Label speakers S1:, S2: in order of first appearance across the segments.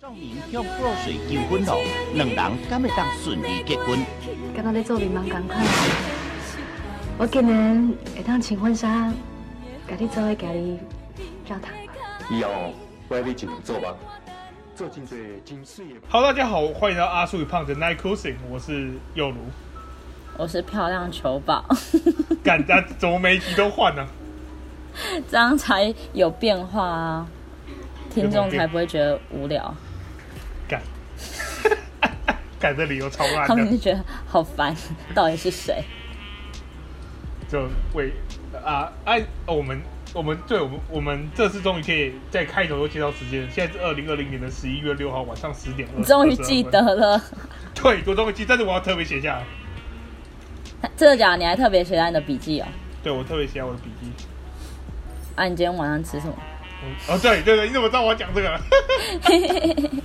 S1: 众人向破水求婚咯，两人敢会当顺利结婚？
S2: 敢若咧做面盲共款。我今年会当穿婚纱，甲你做伙行去教堂。
S3: 以后我要一人做梦，做真侪真水的。
S4: Hello，大家好，欢迎来到阿叔与胖子 Night Cruising，我是佑如。
S5: 我是漂亮球宝，
S4: 干，家怎么每一集都换呢、
S5: 这样才有变化啊，听众才不会觉得无聊，
S4: 干， 干这理由超烂
S5: 他们
S4: 的，
S5: 就觉得好烦，到底是谁？
S4: 就为啊哎、我们我们对我们我们这次终于可以在开头都介绍时间，现在是二零二零年的十一月六号晚上十点二。
S5: 你终于记得，了，
S4: 对，我终于记，但是我要特别写下来，
S5: 真的假的？你还特别写在你的笔记哦。
S4: 对我特别写下我的笔记。
S5: 啊，你今天晚上吃什么？
S4: 嗯哦，对对对，你怎么知道我要讲这个？
S5: 哦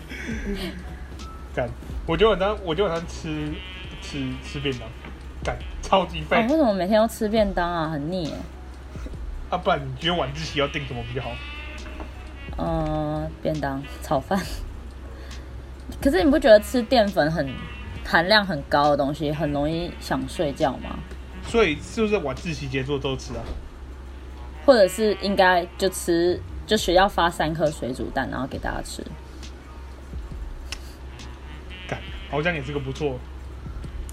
S4: 干，我今晚上我今晚上吃吃吃便当，干超级
S5: 哦
S4: 费、
S5: 为什么每天都吃便当啊？很腻耶。
S4: 啊！不然你觉得晚自习要订什么比较好？
S5: 嗯、便当、炒饭。可是你不觉得吃淀粉很含量很高的东西，很容易想睡觉吗？
S4: 所以是不是晚自习结束之后吃啊？
S5: 或者是应该就吃，就学校发三颗水煮蛋，然后给大家吃。
S4: 干，好像也是个不错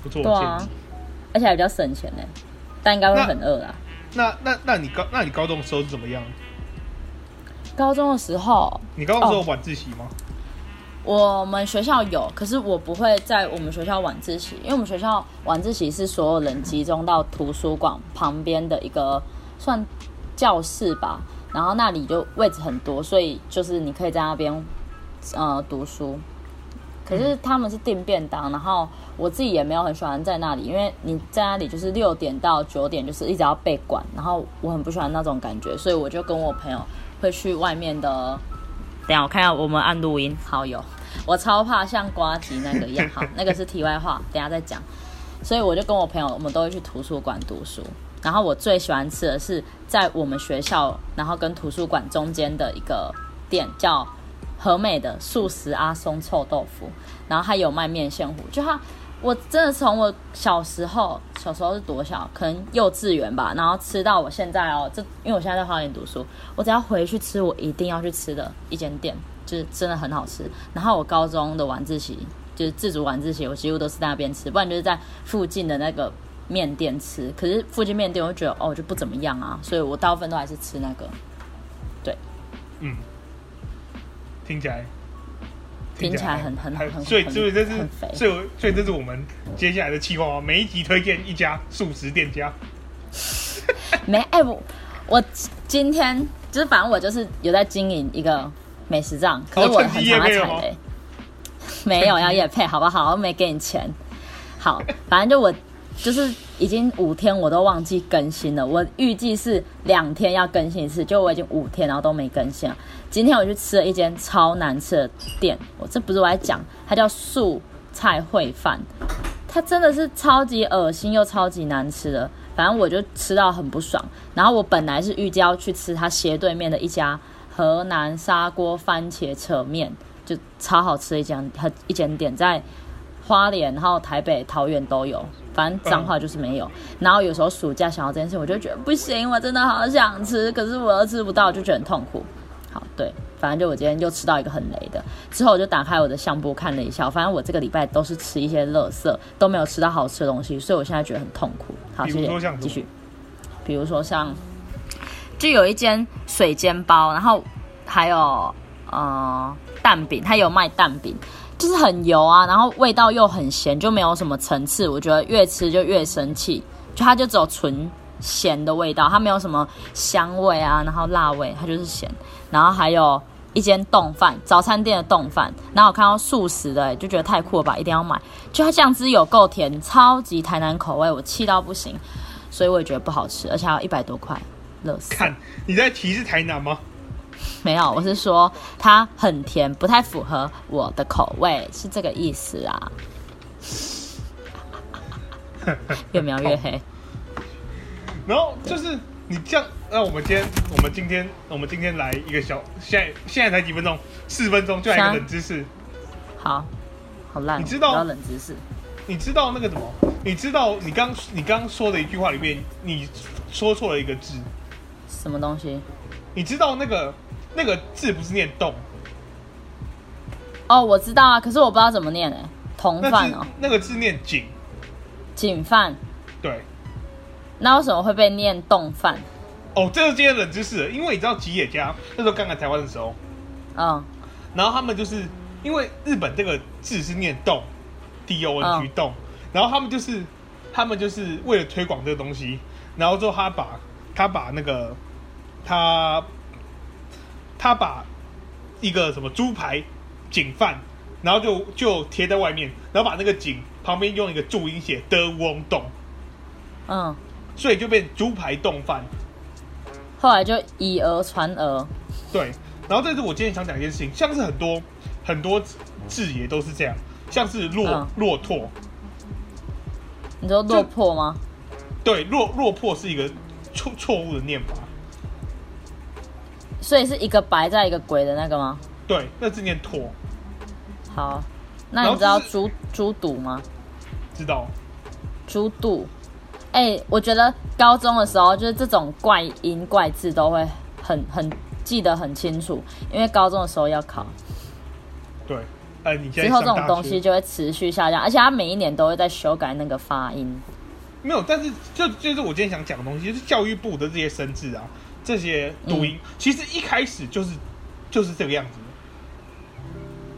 S4: 不错的
S5: 对
S4: 建
S5: 啊
S4: 议。，
S5: 而且还比较省钱呢，但应该会
S4: 那
S5: 很饿啦。
S4: 那那那你高那你高中的时候是怎么样？
S5: 高中的时候，
S4: 你高中的时候
S5: 哦
S4: 晚自习吗？
S5: 我们学校有，可是我不会在我们学校晚自习，因为我们学校晚自习是所有人集中到图书馆旁边的一个算教室吧，然后那里就位置很多，所以就是你可以在那边呃读书。可是他们是订便当，然后我自己也没有很喜欢在那里，因为你在那里就是六点到九点，就是一直要被管，然后我很不喜欢那种感觉，所以我就跟我朋友会去外面的。等一下我看一下我们按录音，好有，我超怕像瓜吉那个一样，好，那个是题外话，等一下再讲。所以我就跟我朋友，我们都会去图书馆读书。然后我最喜欢吃的是在我们学校，然后跟图书馆中间的一个店叫和美的素食阿松臭豆腐，然后它有卖面线糊，就它。我真的从我小时候，小时候是多小，可能幼稚园吧，然后吃到我现在哦，这因为我现在在花莲读书，我只要回去吃，我一定要去吃的一间店，就是真的很好吃。然后我高中的晚自习，就是自主晚自习，我几乎都是在那边吃，不然就是在附近的那个面店吃。可是附近面店我就觉得哦就不怎么样啊，所以我大部分都还是吃那个，
S4: 嗯，听起来。
S5: 听起来很很
S4: 还
S5: 很很
S4: 所以所以这
S5: 很
S4: 是
S5: 肥
S4: 所以我所以这是我们接下来的计划哦，每一集推荐一家素食店家。
S5: 没哎、我我今天就是反正我就是有在经营一个美食账，可是
S4: 哦
S5: 我
S4: 趁
S5: 很
S4: 机业
S5: 常在
S4: 配了
S5: 踩
S4: 吗
S5: 雷。没有要夜配，好不好？我没给你钱。好，反正就我就是已经五天我都忘记更新了，我预计是两天要更新一次，就我已经五天然后都没更新了。今天我去吃了一间超难吃的店，我这不是我在讲，它叫素菜烩饭，它真的是超级恶心又超级难吃的，反正我就吃到很不爽。然后我本来是预计要去吃它斜对面的一家河南砂锅番茄扯面，就超好吃的一家很一间店，在花莲，然后台北、桃园都有，反正彰化就是没有。然后有时候暑假想到这件事，我就觉得不行，我真的好想吃，可是我又吃不到，就觉得很痛苦。好，对，反正就我今天就吃到一个很雷的，之后我就打开我的相簿看了一下，反正我这个礼拜都是吃一些垃圾，都没有吃到好吃的东西，所以我现在觉得很痛苦。好，
S4: 比如
S5: 谢
S4: 说像什么
S5: 谢，继续。比如说像，就有一间水煎包，然后还有呃蛋饼，它有卖蛋饼，就是很油啊，然后味道又很咸，就没有什么层次。我觉得越吃就越生气，就它就只有纯咸的味道，它没有什么香味啊，然后辣味，它就是咸。然后还有一间冻饭，早餐店的冻饭，然后我看到素食的、就觉得太酷了吧，一定要买。就它酱汁有够甜，超级台南口味，我气到不行，所以我也觉得不好吃，而且还要一百多块，乐死。
S4: 看你在歧视台南吗？
S5: 没有，我是说它很甜，不太符合我的口味，是这个意思啊。 越描越黑，
S4: 然后就是你这样，那我们今天我们今天我们今天来一个小，现在现在才几分钟，四分钟就来一个冷知识，
S5: 好，好烂哦、
S4: 你知道
S5: 不要冷知识。
S4: 你知道那个什么？你知道你刚你刚说的一句话里面，你说错了一个字。
S5: 什么东西？
S4: 你知道那个那个字不是念动，
S5: 哦，我知道啊，可是我不知道怎么念哎、同
S4: 那
S5: 犯
S4: 字、
S5: 哦，
S4: 那个字念井，
S5: 警犯，
S4: 对。
S5: 那为什么会被念动犯？
S4: 哦，这就是今天冷知识了，因为你知道吉野家那时候刚来台湾的时候，
S5: 嗯，
S4: 然后他们就是因为日本这个字是念动，D O N G
S5: 嗯
S4: 动，然后他们就是他们就是为了推广这个东西，然后之后他把他把那个他他把一个什么猪排井饭，然后就就贴在外面，然后把那个井旁边用一个注音写的翁洞，
S5: 嗯，
S4: 所以就变猪排冻饭。
S5: 后来就以讹传讹，
S4: 对，然后但是我今天想讲一件事情，像是很多很多字也都是这样，像是落、
S5: 嗯
S4: 落拓，
S5: 你说落魄吗？
S4: 对，落落魄是一个错错误的念法，
S5: 所以是一个白在一个鬼的那个吗？
S4: 对，那字念拓，
S5: 好，那你知
S4: 然后
S5: 道
S4: 就是
S5: 猪猪肚吗？
S4: 知道？
S5: 猪肚，哎、我觉得高中的时候就是这种怪音怪字都会很很记得很清楚，因为高中的时候要考，
S4: 对，呃，你现在
S5: 之后这
S4: 上
S5: 种
S4: 大
S5: 东
S4: 学
S5: 西就会持续下降，而且它每一年都会在修改那个发音。
S4: 没有，但是就就是我今天想讲的东西，就是教育部的这些生字啊，这些
S5: 嗯
S4: 读音，其实一开始就是就是这个样子的，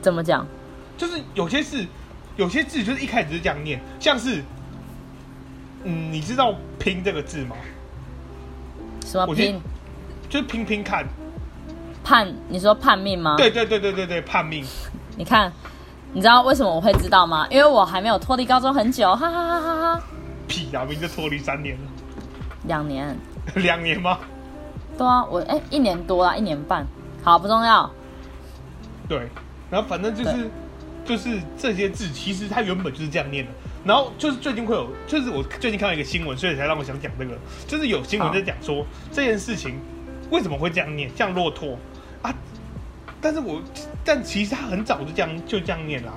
S5: 怎么讲？
S4: 就是有些是有些字就是一开始就这样念，像是嗯，你知道“拼”这个字吗？
S5: 什么
S4: 我觉得
S5: 拼
S4: 就是拼拼看，
S5: 叛？你说叛命吗？
S4: 对对对对对对，叛命。
S5: 你看，你知道为什么我会知道吗？因为我还没有脱离高中很久，哈哈哈哈哈哈，
S4: 屁啊！明就脱离三年了，
S5: 两年，
S4: 两年吗？
S5: 对啊，我哎、一年多啦，一年半，好不重要，
S4: 对，然后反正就是就是这些字，其实它原本就是这样念的。然后就是最近会有，就是我最近看到一个新闻，所以才让我想讲这个。就是有新闻在讲
S5: 啊
S4: 说这件事情为什么会这样念，像骆驼啊。但是我但其实他很早就这样就这样念啦、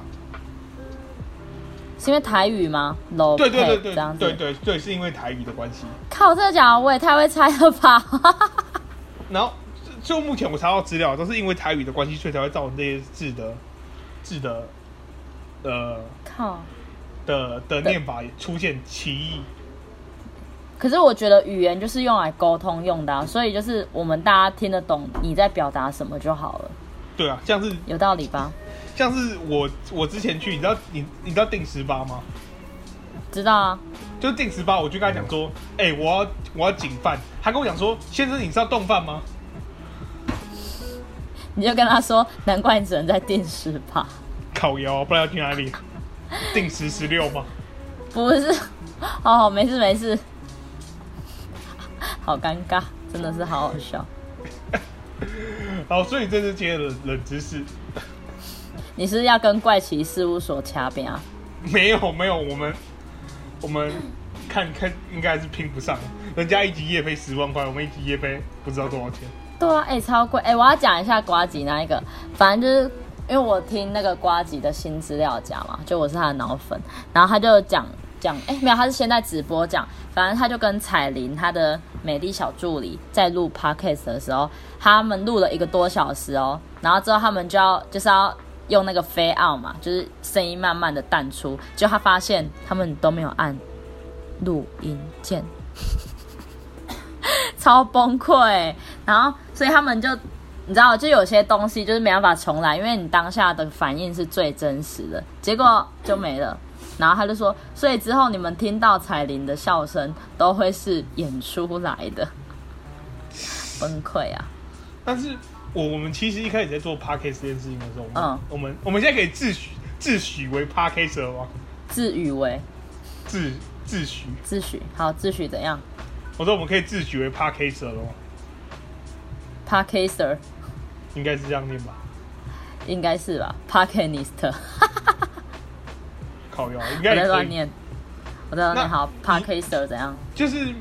S5: 是因为台语吗？楼
S4: 对对对
S5: 配
S4: 对
S5: 这样子
S4: 对对对，是因为台语的关系。
S5: 靠，这讲我也太会猜了吧！
S4: 然后呃就就目前我查到资料，都是因为台语的关系，所以才会造成这些字的字的呃
S5: 靠，
S4: 的的念法出现歧义。
S5: 可是我觉得语言就是用来沟通用的、啊，所以就是我们大家听得懂你在表达什么就好了，
S4: 对啊，像是
S5: 有道理吧？
S4: 像是我我之前去，你知道你你知道定十八吗？
S5: 知道啊，
S4: 就是定十八，我就跟他讲说，哎、我要我要警饭，他跟我讲说，先生你是要动饭吗？
S5: 你就跟他说，难怪你只能在电视吧？
S4: 烤窑，啊不然要去哪里？ 定时十六吗？
S5: 不是， 哦，没事没事， 好尴尬，真的是好好笑。
S4: 好，所以这是今天的冷冷知识。
S5: 你是不是要跟怪奇事务所掐边啊？
S4: 没有没有，我们我们看看应该是拼不上，人家一集夜飞十万块，我们一集夜飞不知道多少钱。
S5: 对啊，哎、超贵！哎、我要讲一下瓜吉那一个，反正就是因为我听那个瓜吉的新资料夹嘛，就我是他的脑粉，然后他就讲讲，哎、没有，他是先在直播讲，反正他就跟彩玲他的美丽小助理在录 podcast 的时候，他们录了一个多小时哦，然后之后他们就要就是要用那个飞奥嘛，就是声音慢慢的淡出，结果他发现他们都没有按录音键。超崩溃。然后，所以他们就，你知道，就有些东西就是没办法重来，因为你当下的反应是最真实的，结果就没了。然后他就说，所以之后你们听到彩铃的笑声都会是演出来的，崩溃啊！
S4: 但是我我们其实一开始在做 podcast 这件事情的时候，我们、
S5: 嗯
S4: 我们我们现在可以自诩自诩为 podcast 了吗？
S5: 自诩为
S4: 自自诩，
S5: 自诩好，自诩怎样
S4: 我说我们可以自诩为 podcast 了吗？
S5: p a r k a s e r
S4: 应该是这样念吧？
S5: 应该是吧 p a r k a n i s t
S4: 靠腰，应
S5: 我
S4: 该也
S5: 在
S4: 可
S5: 乱
S4: 以。
S5: 念，我在乱念
S4: 那
S5: 好 p a r k a s e r 怎样？
S4: 就是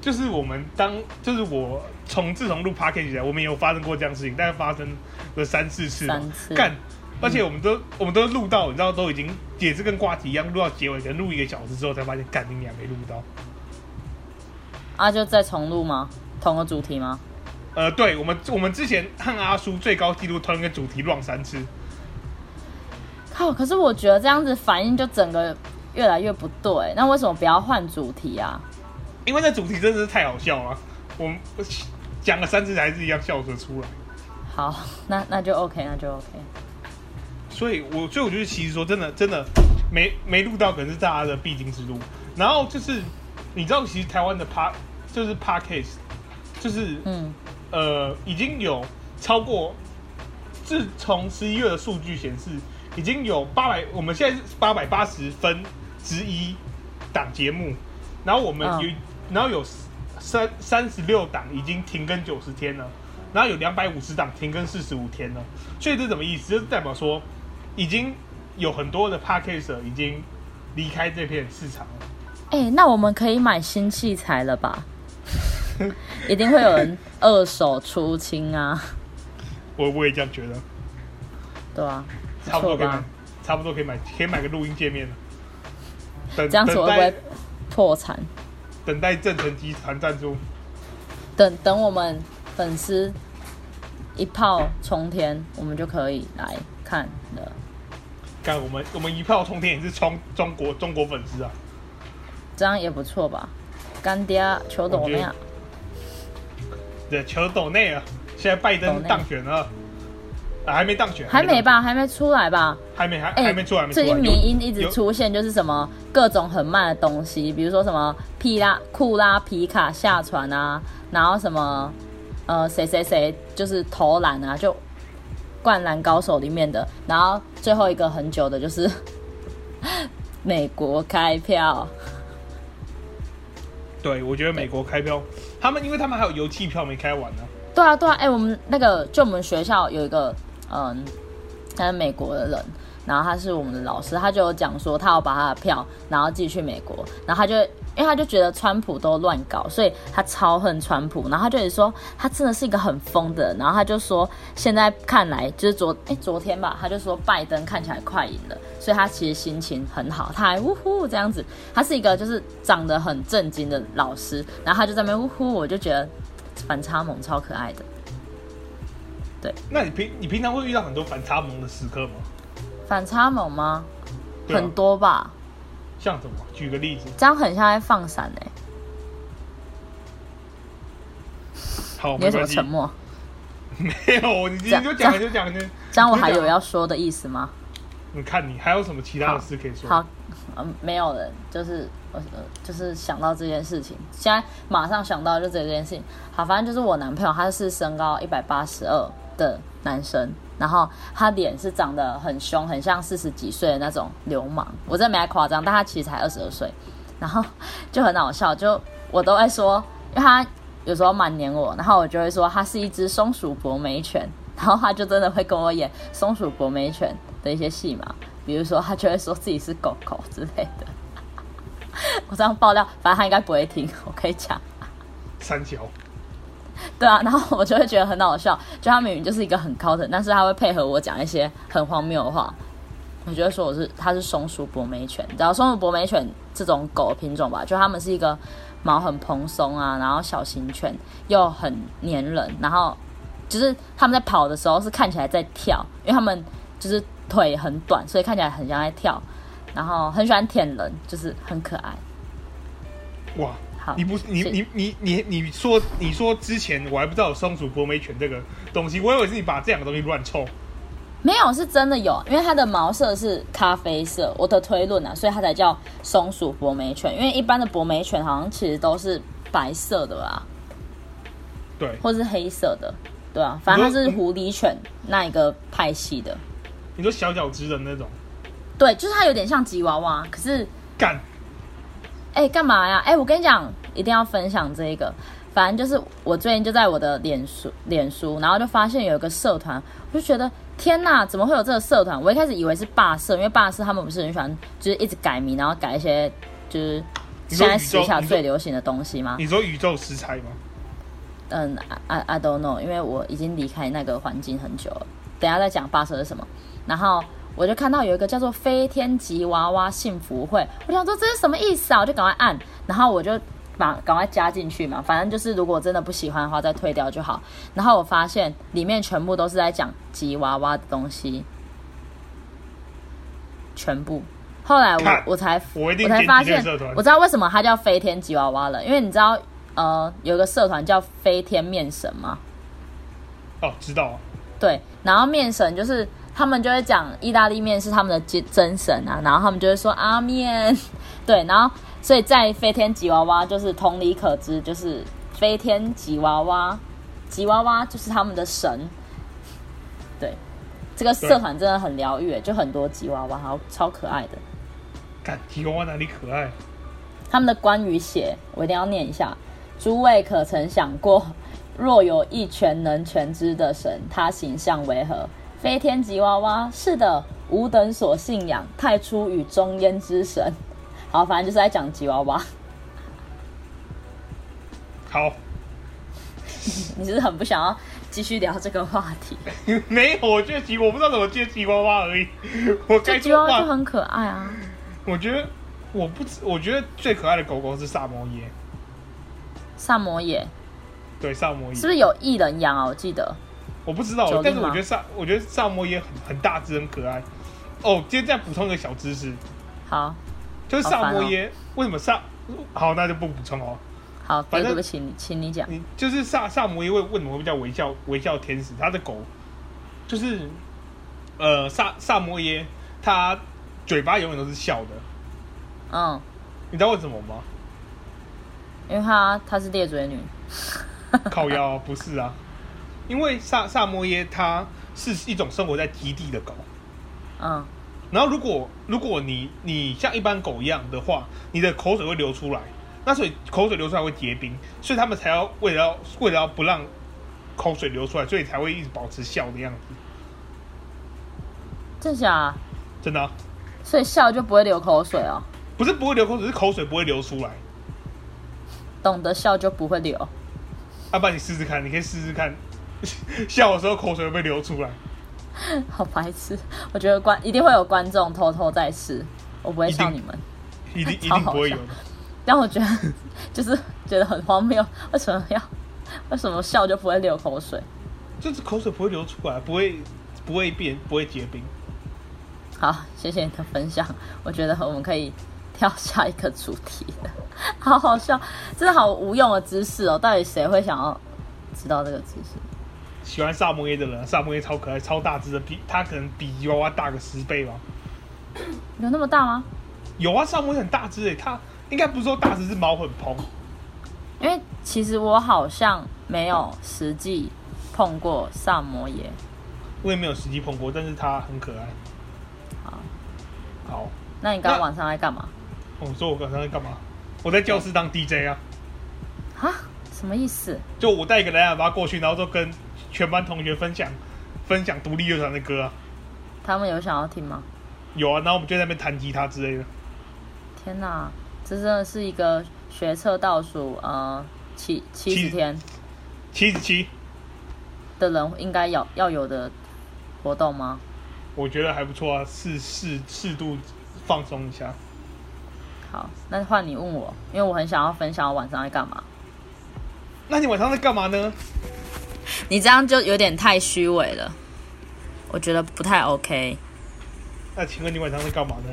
S4: 就是我们当就是我从自从录 podcast 以来，我们也有发生过这样的事情，大概发生了三四次吧嗯
S5: 三次
S4: 干，而且我们都我们都录到，你知道都已经也是跟瓜题一样，录到结尾，可能录一个小时之后才发现，干你俩没录到。
S5: 啊，就再重录吗？同个主题吗？
S4: 呃，对我们我们之前和阿叔最高纪录同一个主题乱三次，
S5: 靠！可是我觉得这样子反应就整个越来越不对。那为什么不要换主题啊？
S4: 因为那主题真的是太好笑了，我们我讲了三次还是一样笑得出来。
S5: 好， 那那就 OK，那就 OK。
S4: 所以我所以我觉得其实说真的真的没没录到，可能是大家的必经之路。然后就是你知道，其实台湾的 p 就是 p a r k a s 就是
S5: 嗯，
S4: 呃已经有超过，自从十一月的数据显示，已经有八百，我们现在是八百八十分之一档节目，然后我们
S5: 嗯
S4: 有，然后有三三十六档已经停更九十天了，然后有两百五十档停更四十五天了，所以这什么意思？这代表说，已经有很多的 p a c k a g e 已经离开这片市场了。
S5: 哎、那我们可以买新器材了吧？ 一定会有人二手出清啊，
S4: 我我也这样觉得，
S5: 对啊，不
S4: 差不多
S5: 错
S4: 可以买
S5: 吧？，
S4: 差不多可以买，可以买个录音界面了。等
S5: 这样子
S4: 等
S5: 会不
S4: 待
S5: 会破产？
S4: 等待正成集团赞助，
S5: 等等，我们粉丝一炮冲天，我们就可以来看了。
S4: 看我们我们一炮冲天也是冲中国中国粉丝啊，
S5: 这样也不错吧？干爹求
S4: 我
S5: 抖
S4: 觉
S5: 内
S4: 得
S5: 啊，
S4: 对，求斗内啊！现在拜登当选了，啊还没当选，
S5: 还没
S4: 当
S5: 吧？还没出来吧？
S4: 选，还没还
S5: 哎
S4: 还没出来，还没出
S5: 最
S4: 来。
S5: 近迷音一直
S4: 有
S5: 出现，就是什么各种很慢的东西，比如说什么屁拉库拉皮卡下船啊，然后什么呃谁谁谁就是投篮啊，就《灌篮高手》里面的，然后最后一个很久的就是 美国开票，
S4: 对，我觉得美国开票，他们因为他们还有邮寄票没开完呢、
S5: 对啊，对啊，哎、我们那个就我们学校有一个，嗯，他是美国的人，然后他是我们的老师，他就有讲说他要把他的票然后寄去美国，然后他就因为他就觉得川普都乱搞，所以他超恨川普，然后他就一直说他真的是一个很疯的人，然后他就说现在看来就是昨哎、昨天吧，他就说拜登看起来快赢了，所以他其实心情很好，他还呜呼这样子，他是一个就是长得很正经的老师，然后他就在那边呜呼，我就觉得反差萌超可爱的。
S4: 那你平你平常会遇到很多反差萌的时刻吗？
S5: 反差萌吗？
S4: 对啊
S5: 很多吧，
S4: 像什么？举个例子，
S5: 这样很像在放闪哎、
S4: 好，
S5: 你
S4: 没
S5: 为什么
S4: 关系
S5: 沉，默？
S4: 没有，你你
S5: 这样
S4: 就讲你就讲你就，
S5: 这样我还
S4: 你就
S5: 有
S4: 讲
S5: 要说的意思吗？
S4: 你看你还有什么其他的事可以说？
S5: 好，嗯，没有了，就是我、呃、就是想到这件事情，现在马上想到就这件事情。好，反正就是我男朋友，他是身高一百八十二的男生，然后他脸是长得很凶，很像四十几岁的那种流氓。我真的没太夸张，但他其实才二十二岁，然后 就很好笑，就我都会说，因为他有时候蛮黏我，然后我就会说他是一只松鼠博美犬，然后他就真的会跟我演松鼠博美犬的一些戏嘛，比如说他就会说自己是狗狗之类的。 我这样爆料，反正他应该不会听，我可以讲。
S4: 三角，
S5: 对啊，然后我就会觉得很好笑，就他明明就是一个很高的，但是他会配合我讲一些很荒谬的话。我就会说我是他是松鼠博美犬，你知道松鼠博美犬这种狗的品种吧？就它们是一个毛很蓬松啊，然后小型犬又很粘人，然后就是他们在跑的时候是看起来在跳，因为他们就是腿很短，所以看起来很像在跳，然后很喜欢舔人，就是很可爱。
S4: 哇，
S5: 好，
S4: 你不是你
S5: 是
S4: 你你你你说你说之前我还不知道有松鼠博美犬这个东西，我以为是你把这两个东西乱凑。
S5: 没有，是真的有，因为它的毛色是咖啡色，我的推论啊，所以它才叫松鼠博美犬。因为一般的博美犬好像其实都是白色的啦，
S4: 对，
S5: 或是黑色的，对啊，反正它是
S4: 你说
S5: 狐狸犬那一个派系的，
S4: 你说小脚趾的那种，
S5: 对，就是它有点像吉娃娃，可是
S4: 干
S5: 哎，干嘛呀？哎，我跟你讲，一定要分享这一个。反正就是我最近就在我的脸书，脸书，然后就发现有一个社团，我就觉得天呐，怎么会有这个社团？我一开始以为是霸社，因为霸社他们不是很喜欢，就是一直改名，然后改一些就是
S4: 你说
S5: 现在
S4: 宇宙
S5: 时下
S4: 你说
S5: 最流行的东西吗？
S4: 你说宇宙食材吗？
S5: 嗯，I I I don't know，因为我已经离开那个环境很久了。等一下再讲发射是什么。然后我就看到有一个叫做“飞天吉娃娃幸福会”，我想说这是什么意思啊？我就赶快按，然后我就把赶快加进去嘛，反正就是如果真的不喜欢的话再退掉就好。然后我发现里面全部都是在讲吉娃娃的东西，全部。后来
S4: 看
S5: 我我才
S4: 我一定
S5: 才
S4: 点
S5: 发
S4: 击那个
S5: 现
S4: 社团，
S5: 我知道为什么它叫飞天吉娃娃了，因为你知道呃有个社团叫飞天面神吗？
S4: 哦，知道啊，
S5: 对，然后面神就是他们就会讲意大利面是他们的真真神啊，然后他们就会说阿面，对，然后所以在飞天吉娃娃就是同理可知，就是飞天吉娃娃，吉娃娃就是他们的神，对，这个社团真的很疗愈耶，就很多吉娃娃，好超可爱的。
S4: 看吉娃娃哪里可爱？
S5: 他们的关于写，我一定要念一下。诸位可曾想过， 若有一全能全知的神，他形象为何？飞天吉娃娃，是的，吾等所信仰太初与中焉之神。 好，反正就是在讲吉娃娃。
S4: 好，
S5: 你是不是很不想要继续聊这个话 题？
S4: 没有，我觉得吉，我不知道怎么接吉娃娃而已。 我
S5: 这
S4: 该
S5: 吉娃
S4: 说
S5: 娃就
S4: 话，
S5: 很可爱啊。
S4: 我觉得我不知，我觉得最可爱的狗狗是萨摩耶，
S5: 萨摩耶
S4: 对，萨摩耶
S5: 是不是有艺人养啊？我记得
S4: 我不知道
S5: 九，
S4: 但是
S5: 令
S4: 我
S5: 吗
S4: 觉得萨，我觉得萨摩耶很很大只，很可爱。哦，今天再补充一个小知识，
S5: 好哦
S4: 就是萨摩耶、为什么萨？好，那就不补充哦。
S5: 好，对
S4: 反正
S5: 对不起，你请你讲。
S4: 你就是萨萨摩耶为为什么会叫微笑微笑天使？他的狗就是呃萨萨摩耶，他嘴巴永远都是笑的，
S5: 嗯，
S4: 你知道为什么 吗？
S5: 因为她她是猎嘴女。
S4: 靠腰啊、不是啊，因为萨萨摩耶它是一种生活在极地的狗。
S5: 嗯
S4: 然后如果如果你你像一般狗一样的话，你的口水会流出来，那所以口水流出来会结冰，所以他们才要为了要为了要不让口水流出来，所以才会一直保持笑的样子。，
S5: 真假啊、
S4: 真的啊、
S5: 所以笑就不会流口水哦，
S4: 不是不会流口水，是口水不会流出来。
S5: 懂得笑就不会流。
S4: 阿啊爸，你试试看，你可以试试看，笑的时候口水会不会流出来？
S5: 好白痴！我觉得观一定会有观众偷偷在试，我不会笑你们。
S4: 一定一
S5: 超
S4: 定
S5: 好
S4: 不会有的。
S5: 但我觉得 就是觉得很荒谬，为什么要为什么笑就不会流口水？
S4: 就是口水不会流出来，不会不会变，不会结冰。
S5: 好，谢谢你的分享，我觉得我们可以跳下一个主题了。 好好笑，真的好无用的知识哦！到底谁会想要知道这个知识？
S4: 喜欢萨摩耶的人，萨摩耶超可爱、超大只的，比它可能比吉娃娃大个十倍吧。
S5: 有那么大吗？
S4: 有啊，萨摩耶很大只诶，它应该不是说大只，是毛很蓬。
S5: 因为其实我好像没有实际碰过萨摩耶。
S4: 我也没有实际碰过，但是它很可爱。
S5: 好，
S4: 好，
S5: 那你刚刚
S4: 那
S5: 晚上在干嘛？
S4: 我说我刚刚在干嘛？我在教室当 DJ 啊，
S5: 啊？什么意思？
S4: 就我带一个蓝喇叭过去，然后就跟全班同学分享分享独立乐团的歌啊。
S5: 他们有想要听吗？
S4: 有啊，然后我们就在那边弹吉他之类的。
S5: 天哪，这真的是一个学测倒数呃七七
S4: 七
S5: 十天
S4: 七十七，
S5: 的人应该要要有的活动吗？
S4: 我觉得还不错啊，适适适度放松一下。
S5: 好，那换你问我，因为我很想要分享我晚上在干嘛。
S4: 那你晚上在干嘛呢？
S5: 你这样就有点太虚伪了，我觉得不太 OK。
S4: 那啊请问你晚上在干嘛呢？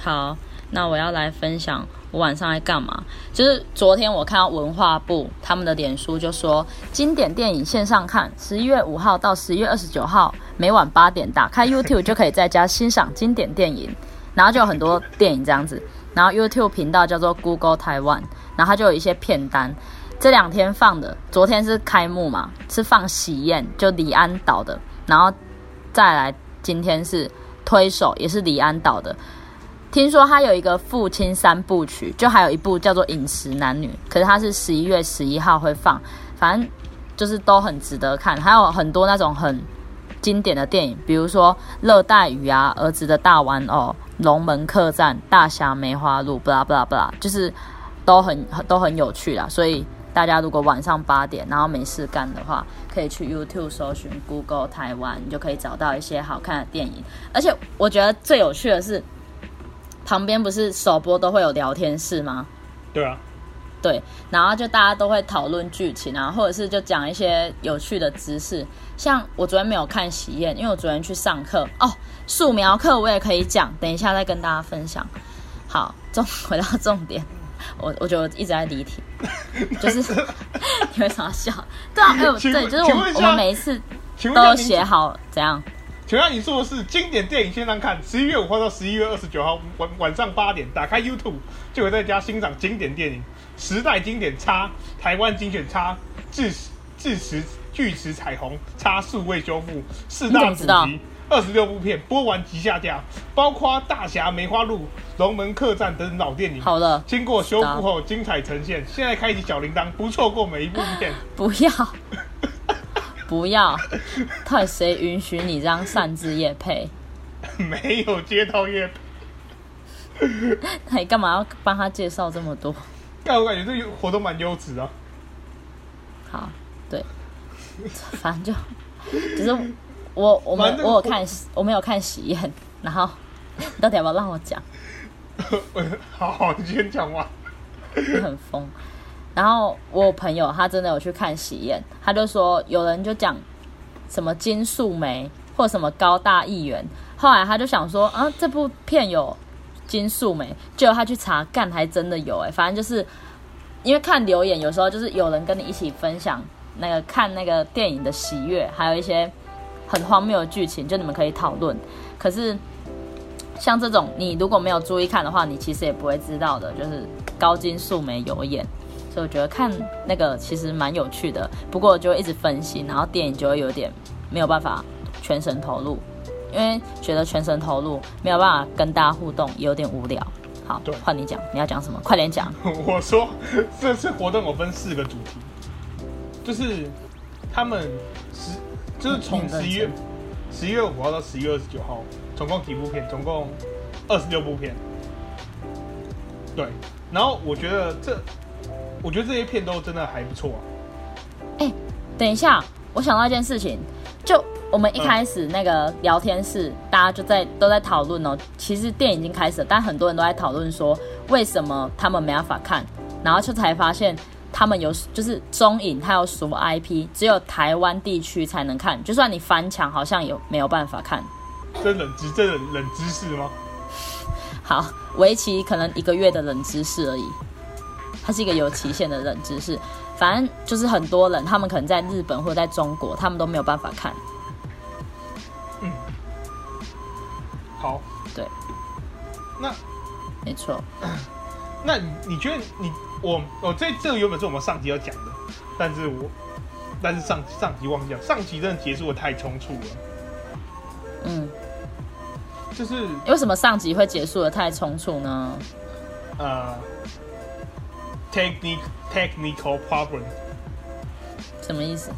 S5: 好，那我要来分享我晚上在干嘛。就是昨天我看到文化部他们的脸书就说，经典电影线上看，十一月五号到十一月二十九号，每晚八点打开 YouTube 就可以在家欣赏经典电影，然后就有很多电影这样子。然后 YouTube 频道叫做 Google 台湾，然后它就有一些片单。这两天放的，昨天是开幕嘛，是放《喜宴》，就李安导的，然后再来今天是《推手》，也是李安导的。听说他有一个父亲三部曲，就还有一部叫做《饮食男女》，可是他是十一月十一号会放，反正就是都很值得看，还有很多那种很经典的电影，比如说《热带雨》啊，《儿子的大玩偶》《龙门客栈》《大侠梅花鹿》，不啦不啦不啦，就是都很都很有趣啦，所以大家如果晚上八点然后没事干的话，可以去 YouTube 搜寻 Google 台湾，你就可以找到一些好看的电影。而且我觉得最有趣的是，旁边不是首播都会有聊天室吗？
S4: 对啊，
S5: 对，然后就大家都会讨论剧情啊，或者是就讲一些有趣的知识。像我昨天没有看喜宴，因为我昨天去上课哦，素描课我也可以讲，等一下再跟大家分享。好，重 回到重点，我我觉得我一直在离题，就是 你为什么要笑？对啊，哎、我
S4: 请问
S5: 对，就是
S4: 请
S5: 我
S4: 问一
S5: 我
S4: 下
S5: 们每一次
S4: 请问一下
S5: 都有
S4: 您
S5: 写啊好怎样？
S4: 请问一下你说的是经典电影线上看，十一月五号到十一月二十九号晚晚上八点，打开 YouTube 就会在家欣赏经典电影、时代经典叉、台湾精选叉、智齿智齿锯齿彩虹叉数位修复四大
S5: 你怎么
S4: 主
S5: 知道
S4: 题。二十六部片播完即下架，包括《大侠梅花鹿》《龙门客栈》等老电影。
S5: 好了
S4: 经过修复后精彩呈现，现在开启小铃铛，不错过每一部片。
S5: 不要，不要，到底谁允许你这样擅自夜配？
S4: 没有接到夜配
S5: 那你干嘛要帮他介绍这么多？
S4: 但我感觉这个活动蛮优质的啊。
S5: 好，对，反正就只是我我
S4: 反
S5: 们
S4: 正
S5: 我有
S4: 我
S5: 看喜，我没有看喜宴，然后你到底要不要让我讲？
S4: 好 好，你先讲完。
S5: 很疯。然后我有朋友他真的有去看喜宴，他就说有人就讲什么金素梅或什么高大议员，后来他就想说啊这部片有金素梅，结果他去查，干还真的有哎、反正就是因为看留言，有时候就是有人跟你一起分享那个看那个电影的喜悦，还有一些很荒谬的剧情，就你们可以讨论。可是像这种你如果没有注意看的话，你其实也不会知道的，就是高金素梅有演，所以我觉得看那个其实蛮有趣的。不过我就会一直分析，然后电影就会有点没有办法全神投入，因为觉得全神投入没有办法跟大家互动，也有点无聊。好
S4: 对，
S5: 换你讲，你要讲什么？快点讲。
S4: 我说这次活动我分四个主题，就是他们十，就是从
S5: 你很认
S4: 十
S5: 真
S4: 一月十一月五号到十一月二十九号，总共几部片？总共二十六部片。对，然后我觉得这，我觉得这些片都真的还不错啊。
S5: 等一下，我想到一件事情，就我们一开始那个聊天室，大家就在都在讨论哦。其实电影已经开始了，但很多人都在讨论说为什么他们没办法看，然后就才发现他们有就是中影它有什么 IP，只有台湾地区才能看，就算你翻墙好像也没有办法看。
S4: 这冷知这冷冷知识吗？
S5: 好，为期可能一个月的冷知识而已，它是一个有期限的冷知识。反正就是很多人，他们可能在日本或者在中国，他们都没有办法看。
S4: 嗯好，
S5: 对，
S4: 那
S5: 没错，
S4: 那你你觉得你我我这这个原本是我们上集要讲的，但是我但是上上集忘记讲，上集真的结束的太匆促了，
S5: 嗯，
S4: 就是
S5: 为什么上集会结束的太匆促呢？
S4: 呃 technic technical problem
S5: 什么意思？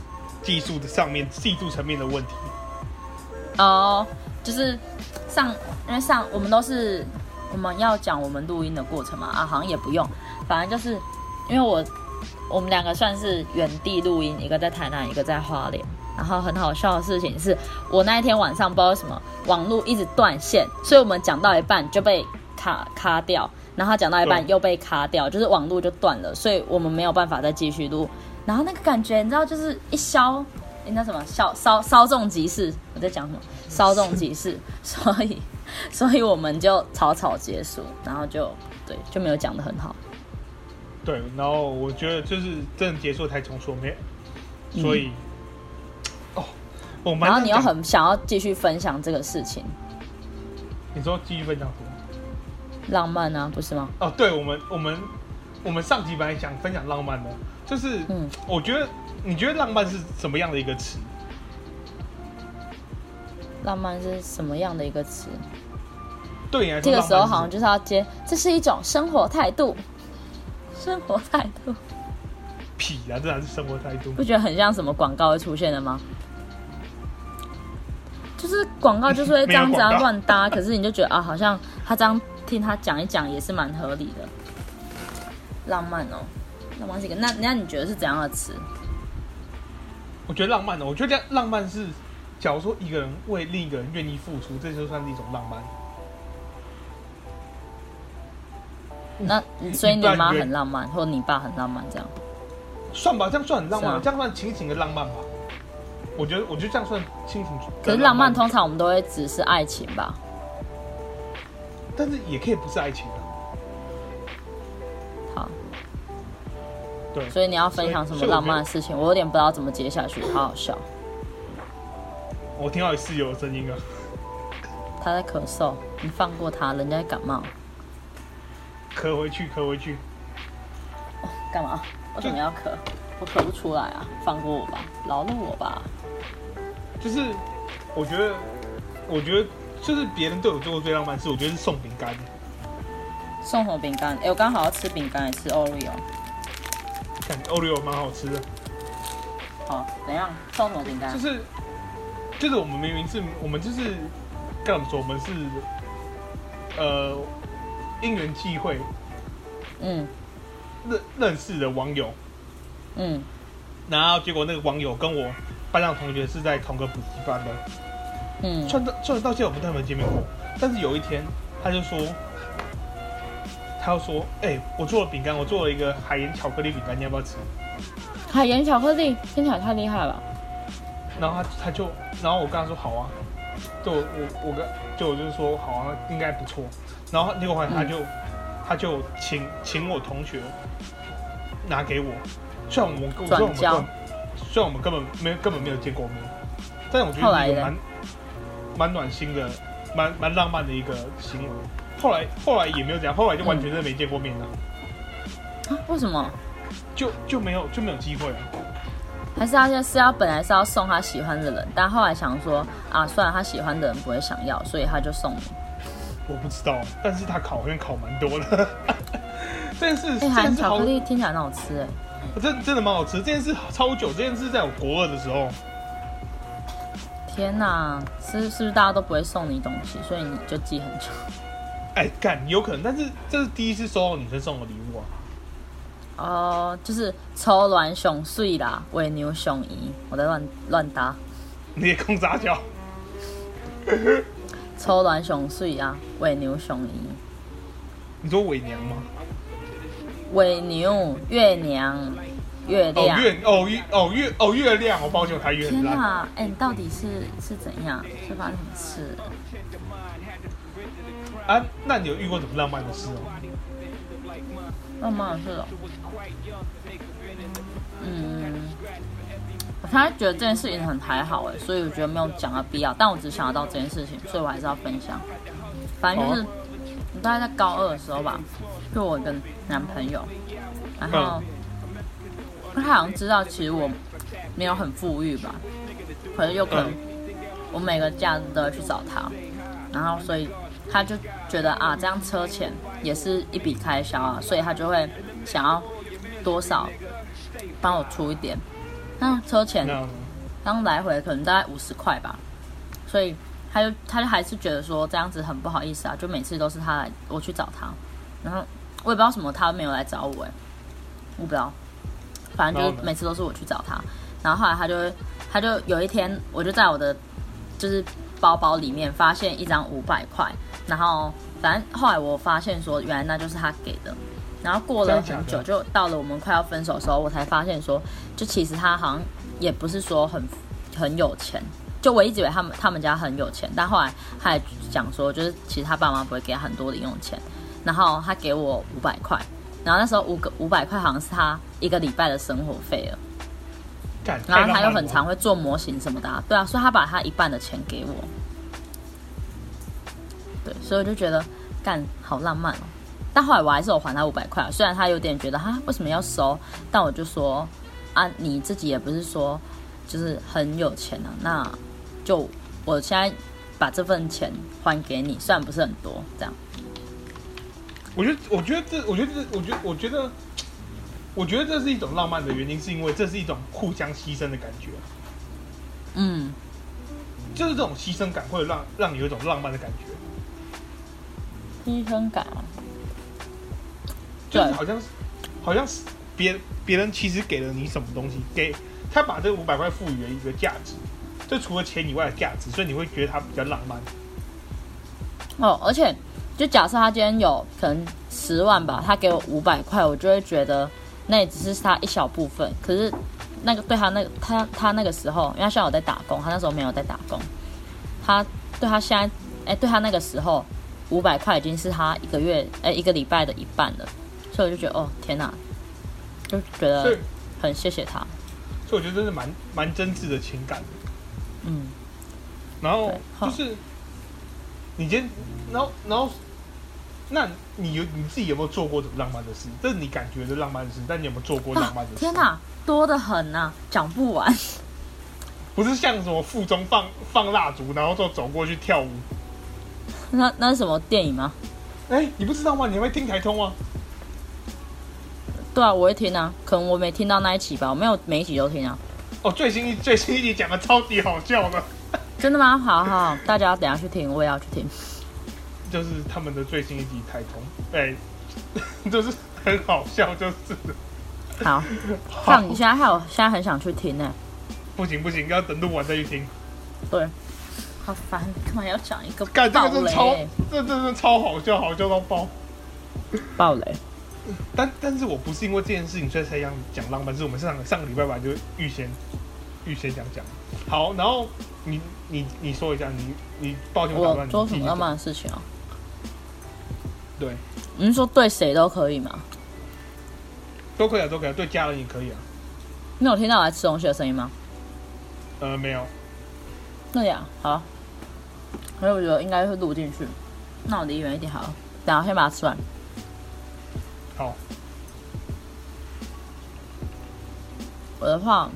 S4: 技术的上面技术层面的问题，
S5: 哦、就是上，因为上我们都是我们要讲我们录音的过程嘛，啊，好像也不用，反正就是因为我我们两个算是远地录音，一个在台南，一个在花莲。然后很好笑的事情是，我那一天晚上不知道为什么网络一直断线，所以我们讲到一半就被卡卡掉，然后讲到一半
S4: 对
S5: 又被卡掉，就是网络就断了，所以我们没有办法再继续录。然后那个感觉，你知道，就是一消，那叫什么？消稍稍纵即逝。我在讲什么？稍纵即逝。所以， 所以我们就草草结束，然后就对，就没有讲的很好。
S4: 对，然后我觉得就是真的结束得太匆促，没，所以、哦，我蛮
S5: 嗯然后你又
S4: 想讲
S5: 很想要继续分享这个事情，
S4: 你说继续分享什么？
S5: 浪漫啊，不是吗？
S4: 哦，对，我们我们我们上集本来想分享浪漫的，就是
S5: 嗯
S4: 我觉得你觉得浪漫是什么样的一个词？
S5: 浪漫是什么样的一个词？
S4: 对你来
S5: 这
S4: 说，
S5: 个时候
S4: 浪漫
S5: 好像
S4: 是
S5: 就是要接，这是一种生活态度，生活态度，
S4: 屁啊，这还是生活态度
S5: 不。觉得很像什么广告会出现的吗？就是广告就是会这样 子
S4: 没有广
S5: 啊
S4: 告
S5: 乱搭，可是你就觉得啊，好像他这样听他讲一讲也是蛮合理的，浪漫哦。那忘记一个，那那你觉得是怎样的词？
S4: 我觉得浪漫哦的，我觉得浪漫是，假如说一个人为另一个人愿意付出，这就算是一种浪漫。
S5: 那所以你
S4: 对啊
S5: 妈
S4: 你觉得
S5: 很浪漫，或你爸很浪漫，这样
S4: 算吧，这样算很浪漫，
S5: 是啊
S4: 这样算清醒的浪漫吧。我觉得，我觉得这样算清醒。
S5: 可是浪漫，通常我们都会只是爱情吧？
S4: 但是也可以不是爱情啊。
S5: 好，
S4: 对，
S5: 所以你要分享什么浪漫的事情？我有点不知道怎么接下去，好好笑。
S4: 我听到有室友的声音啊，
S5: 他在咳嗽，你放过他，人家在感冒，
S4: 咳回去，咳回去。
S5: 干嘛？为什么要咳？我咳不出来啊！放过我吧，饶了我吧。
S4: 就是我觉得，我觉得就是别人对我做过最浪漫的事，我觉得是送饼干。
S5: 送什么饼干？哎、我刚好要吃饼干，也吃 Oreo。
S4: 看 Oreo 蛮好吃的，
S5: 好，怎样？送什么饼干
S4: 就？是就是我们明明是我们就是该怎么说，我们是呃因缘际会
S5: 嗯
S4: 认认识的网友，
S5: 嗯
S4: 然后结果那个网友跟我班上同学是在同个补习班的，
S5: 嗯，
S4: 算到算到现在我们都还没见面过，但是有一天他就说，他就说，哎、我做了饼干，我做了一个海盐巧克力饼干，你要不要吃？
S5: 海盐巧克力听起来太厉害了吧。
S4: 然后他他就，然后我跟他说好啊，就我我我跟就我就说好啊，应该不错。然后那个后来他就、他就请请我同学拿给我，虽然我们我虽然我们根
S5: 转交
S4: 本虽然我们根本没有根本没有见过面，但我觉
S5: 后
S4: 得
S5: 来
S4: 是一个
S5: 呢
S4: 蛮蛮暖心的，蛮蛮浪漫的一个行为。后来后来也没有怎样，后来就完全是没见过面了，
S5: 啊为什么？
S4: 就就没有就没有机会了。
S5: 还是他就是要本来是要送他喜欢的人，但后来想说啊，算了，他喜欢的人不会想要，所以他就送你。
S4: 我不知道，但是他考好像考蛮多的。 这件事，
S5: 哎、
S4: 这
S5: 海
S4: 件
S5: 盐
S4: 事
S5: 巧
S4: 好
S5: 克，力听起来很好吃哎。
S4: 真真的蛮好吃。这件事超久，这件事在我国二的时候，
S5: 天哪，是是不是大家都不会送你东西，所以你就记很久？
S4: 哎，干有可能，但是这是第一次收到女生送的礼物啊。
S5: 哦，就是抽卵熊碎啦，喂牛熊姨，我在乱乱搭，
S4: 你也空杂交，
S5: 抽卵熊碎啊，喂牛熊姨，
S4: 你说伪娘吗？
S5: 喂牛月娘月
S4: 哦
S5: 亮。
S4: 月哦月哦月哦月啊亮，我抱歉，我台语
S5: 啊天
S4: 很烂。
S5: 哪，哎、你到底是是怎样？是发生什么事？
S4: 啊，那你有遇过什么浪漫的事哦？
S5: 浪漫的事哦。嗯，我突然觉得这件事情很还好哎，所以我觉得没有讲的必要。但我只想得到这件事情，所以我还是要分享。反正就是，我大概在高二的时候吧，就我一个男朋友，然后、他好像知道其实我没有很富裕吧，可是又可能
S4: 嗯
S5: 我每个假日都会去找他，然后所以他就觉得啊，这样车钱也是一笔开销啊，所以他就会想要多少帮我出一点。那车钱
S4: 那
S5: 刚来回可能大概五十块吧，所以他就他就还是觉得说这样子很不好意思啊，就每次都是他来我去找他，然后我也不知道什么他没有来找我哎、我不知道，反正
S4: 然后
S5: 就是
S4: 呢
S5: 每次都是我去找他，然后后来他就会他就有一天我就在我的就是包包里面发现一张五百块，然后反正后来我发现说原来那就是他给的，然后过了
S4: 真
S5: 很
S4: 的假
S5: 久，
S4: 的
S5: 就到了我们快要分手的时候，我才发现说，就其实他好像也不是说很很有钱，就我一直以为他们他们家很有钱，但后来他还讲说，就是其实他爸妈不会给他很多零用钱，然后他给我五百块，然后那时候五个五百块好像是他一个礼拜的生活费了。
S4: 干，
S5: 然
S4: 太
S5: 后
S4: 浪
S5: 他
S4: 漫
S5: 又
S4: 了
S5: 很常会做模型什么的、啊，对啊，所以他把他一半的钱给我，对，所以我就觉得干好浪漫哦。但后来我还是有还他五百块啊，虽然他有点觉得哈为什么要收，但我就说啊你自己也不是说就是很有钱啊，那就我现在把这份钱还给你，虽然不是很多，这样
S4: 我觉得，我觉得这，我觉得这，我觉得，我觉得，我觉得这是一种浪漫的原因，是因为这是一种互相牺牲的感觉，啊
S5: 嗯，
S4: 就是这种牺牲感会让让你有一种浪漫的感觉，
S5: 牺牲感啊，
S4: 就是
S5: 对
S4: 好像是好像是别别人其实给了你什么东西，给他把这五百块赋予了一个价值，就除了钱以外的价值，所以你会觉得它比较浪漫。
S5: 哦，而且就假设他今天有可能十万吧，他给我五百块，我就会觉得那也只是他一小部分。可是那个对他那个他他那个时候，因为他现在有在打工，他那时候没有在打工，他对他现在哎、对他那个时候五百块已经是他一个月哎、一个礼拜的一半了，所以我就觉得哦天哪，就觉
S4: 所以
S5: 得很谢谢他，
S4: 所以我觉得真是蛮蛮真挚的情感的。
S5: 嗯，
S4: 然后
S5: 对
S4: 就
S5: 好
S4: 是你今天，然后然后，那你有你自己有没有做过什么浪漫的事？这是你感觉的浪漫的事，但你有没有做过浪漫的事？
S5: 啊天哪，多得很呐、讲不完。
S4: 不是像什么腹中放放蜡烛，然后就走过去跳舞。
S5: 那那是什么电影吗？
S4: 哎，你不知道吗？你还会听台通啊？
S5: 对啊，我会听啊，可能我没听到那一期吧，我没有每一集都听啊。
S4: 哦，最新一最新一集讲的超级好笑的，
S5: 真的吗？好好，好大家等一下去听，我也要去听。
S4: 就是他们的最新一集台通，哎， 就是很好笑，就是
S5: 好，像你现在还有，现在很想去听呢、
S4: 不行不行，要等录完再去听。
S5: 对，好烦，干嘛要讲一个
S4: 干这
S5: 暴
S4: 个真的超
S5: 雷？，
S4: 这真的超好笑，好笑到爆。
S5: 暴雷。
S4: 但但是我不是因为这件事情所以才想讲浪漫，是我们上上个礼拜晚就预先预先讲讲。好，然后你你你说一下，你你抱歉，打
S5: 我
S4: 断你
S5: 做什么浪？漫
S4: 你
S5: 的事情啊？
S4: 继续对，
S5: 你是说对谁都可以吗？
S4: 都可以啊，都可以啊，对家人也可以啊。
S5: 你有听到我在吃东西的声音吗？
S4: 呃，没有，
S5: 那呀，好，所以我觉得应该会录进去。那我离远一点好了，等一下先把它吃完。
S4: 好，
S5: 我的话，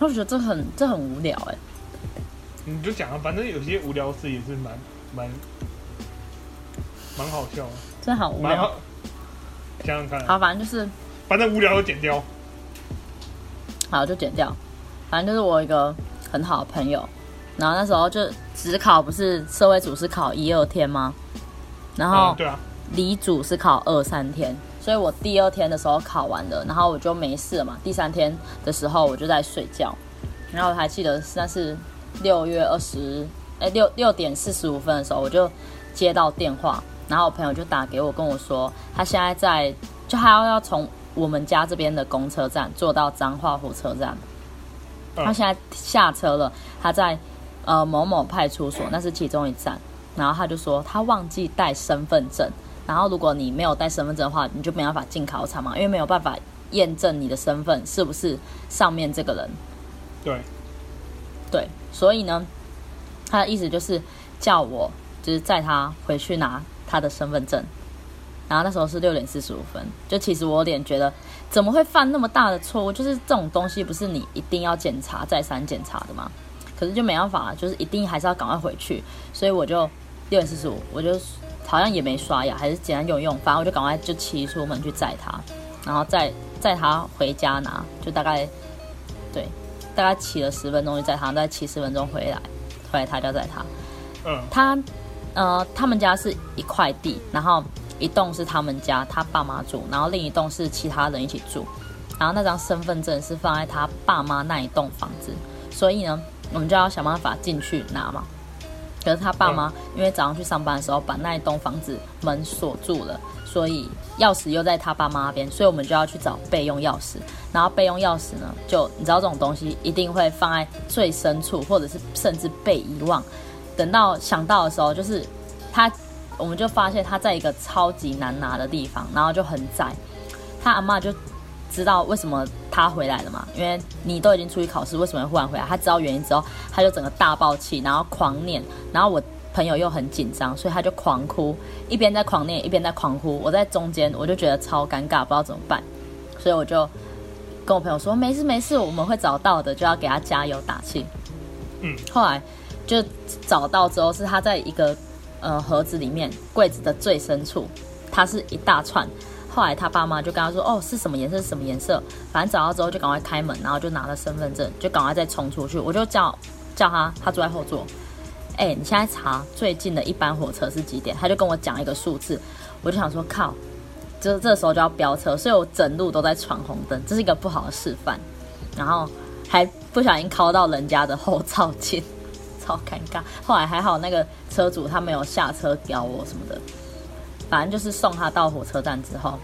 S5: 我觉得这很这很无聊哎、
S4: 你就讲啊，反正有些无聊事也是蛮蛮蛮好笑的，
S5: 真的好无
S4: 蛮
S5: 聊
S4: 好。。想想看啊，
S5: 好，反正就是
S4: 反正无聊都剪掉。
S5: 好就剪掉。反正就是我有一个很好的朋友，然后那时候就只考不是社会组是考一二天吗？然后
S4: 嗯，对啊，
S5: 理组是考二三天，所以我第二天的时候考完了，然后我就没事了嘛。第三天的时候我就在睡觉，然后我还记得是那是六月二十，哎六六点四十五分的时候，我就接到电话，然后我朋友就打给我跟我说，他现在在，就他要要从我们家这边的公车站坐到彰化火车站，
S4: 嗯
S5: 他现在下车了，他在呃某某派出所，那是其中一站。然后他就说他忘记带身份证，然后如果你没有带身份证的话，你就没办法进考场嘛，因为没有办法验证你的身份是不是上面这个人。
S4: 对，
S5: 对，所以呢，他的意思就是叫我就是载他回去拿他的身份证。然后那时候是六点四十五分，就其实我有点觉得怎么会犯那么大的错误？就是这种东西不是你一定要检查再三检查的吗？可是就没办法，就是一定还是要赶快回去，所以我就六点四十五，我就好像也没刷牙，还是简单用一用，反正我就赶快就骑出门去载他，然后载载他回家拿，就大概对，大概骑了十分钟就载他，大概骑十分钟回来，回来他家载他，
S4: 嗯，
S5: 他呃，他们家是一块地，然后一栋是他们家他爸妈住，然后另一栋是其他人一起住。然后那张身份证是放在他爸妈那一栋房子，所以呢，我们就要想办法进去拿嘛。可是他爸妈因为早上去上班的时候把那一栋房子门锁住了，所以钥匙又在他爸妈那边，所以我们就要去找备用钥匙。然后备用钥匙呢，就你知道这种东西一定会放在最深处，或者是甚至被遗忘。等到想到的时候，就是他，我们就发现他在一个超级难拿的地方，然后就很窄。他阿嬷就知道为什么他回来了嘛，因为你都已经出去考试，为什么会忽然回来？他知道原因之后，他就整个大爆气，然后狂念，然后我朋友又很紧张，所以他就狂哭，一边在狂念，一边在狂哭。我在中间，我就觉得超尴尬，不知道怎么办，所以我就跟我朋友说没事没事，我们会找到的，就要给他加油打气。
S4: 嗯，
S5: 后来就找到之后，是他在一个呃盒子里面柜子的最深处，它是一大串。后来他爸妈就跟他说：“哦，是什么颜色？是什么颜色？”反正找到之后就赶快开门，然后就拿了身份证，就赶快再冲出去。我就叫叫他，他坐在后座。哎、你现在查最近的一班火车是几点？他就跟我讲一个数字，我就想说靠，就是这时候就要飙车，所以我整路都在闯红灯，这是一个不好的示范。然后还不小心靠到人家的后照镜， 超尴尬。后来还好那个车主他没有下车叼我什么的，反正就是送他到火车站之后，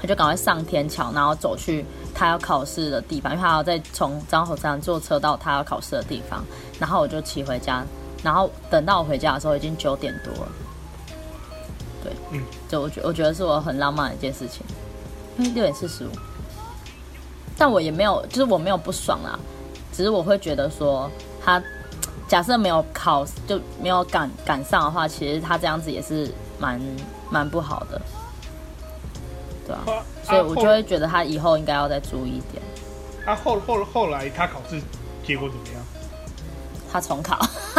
S5: 他就赶快上天桥，然后走去他要考试的地方，因为他要再从彰化火车站坐车到他要考试的地方。然后我就骑回家，然后等到我回家的时候已经九点多了。对，
S4: 嗯，
S5: 就我觉我觉得是我很浪漫的一件事情，因为六点四十五，但我也没有，就是我没有不爽啦，只是我会觉得说他假设没有考就没有赶赶上的话，其实他这样子也是蛮蛮不好的，对啊，
S4: 啊
S5: 所以我就会觉得他以后应该要再注意一点，
S4: 啊后后后来他考试结果怎么样？
S5: 他重考。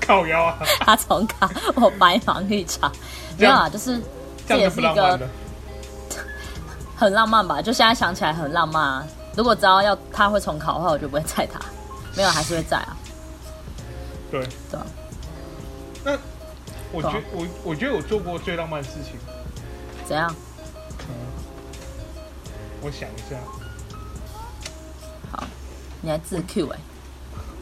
S4: 靠腰啊，
S5: 他重考，我白忙一场。没有啊，就是
S4: 这
S5: 这
S4: 样
S5: 也
S4: 就是不
S5: 一
S4: 浪漫
S5: 个
S4: 了。
S5: 很浪漫吧？就现在想起来很浪漫啊。如果知道要他会重考的话，我就不会载他。没有，还是会载啊。
S4: 对，
S5: 对啊，
S4: 我觉我我觉得我做过最浪漫的事情，
S5: 怎样？
S4: 可能我想一下，
S5: 你还自 Q 哎、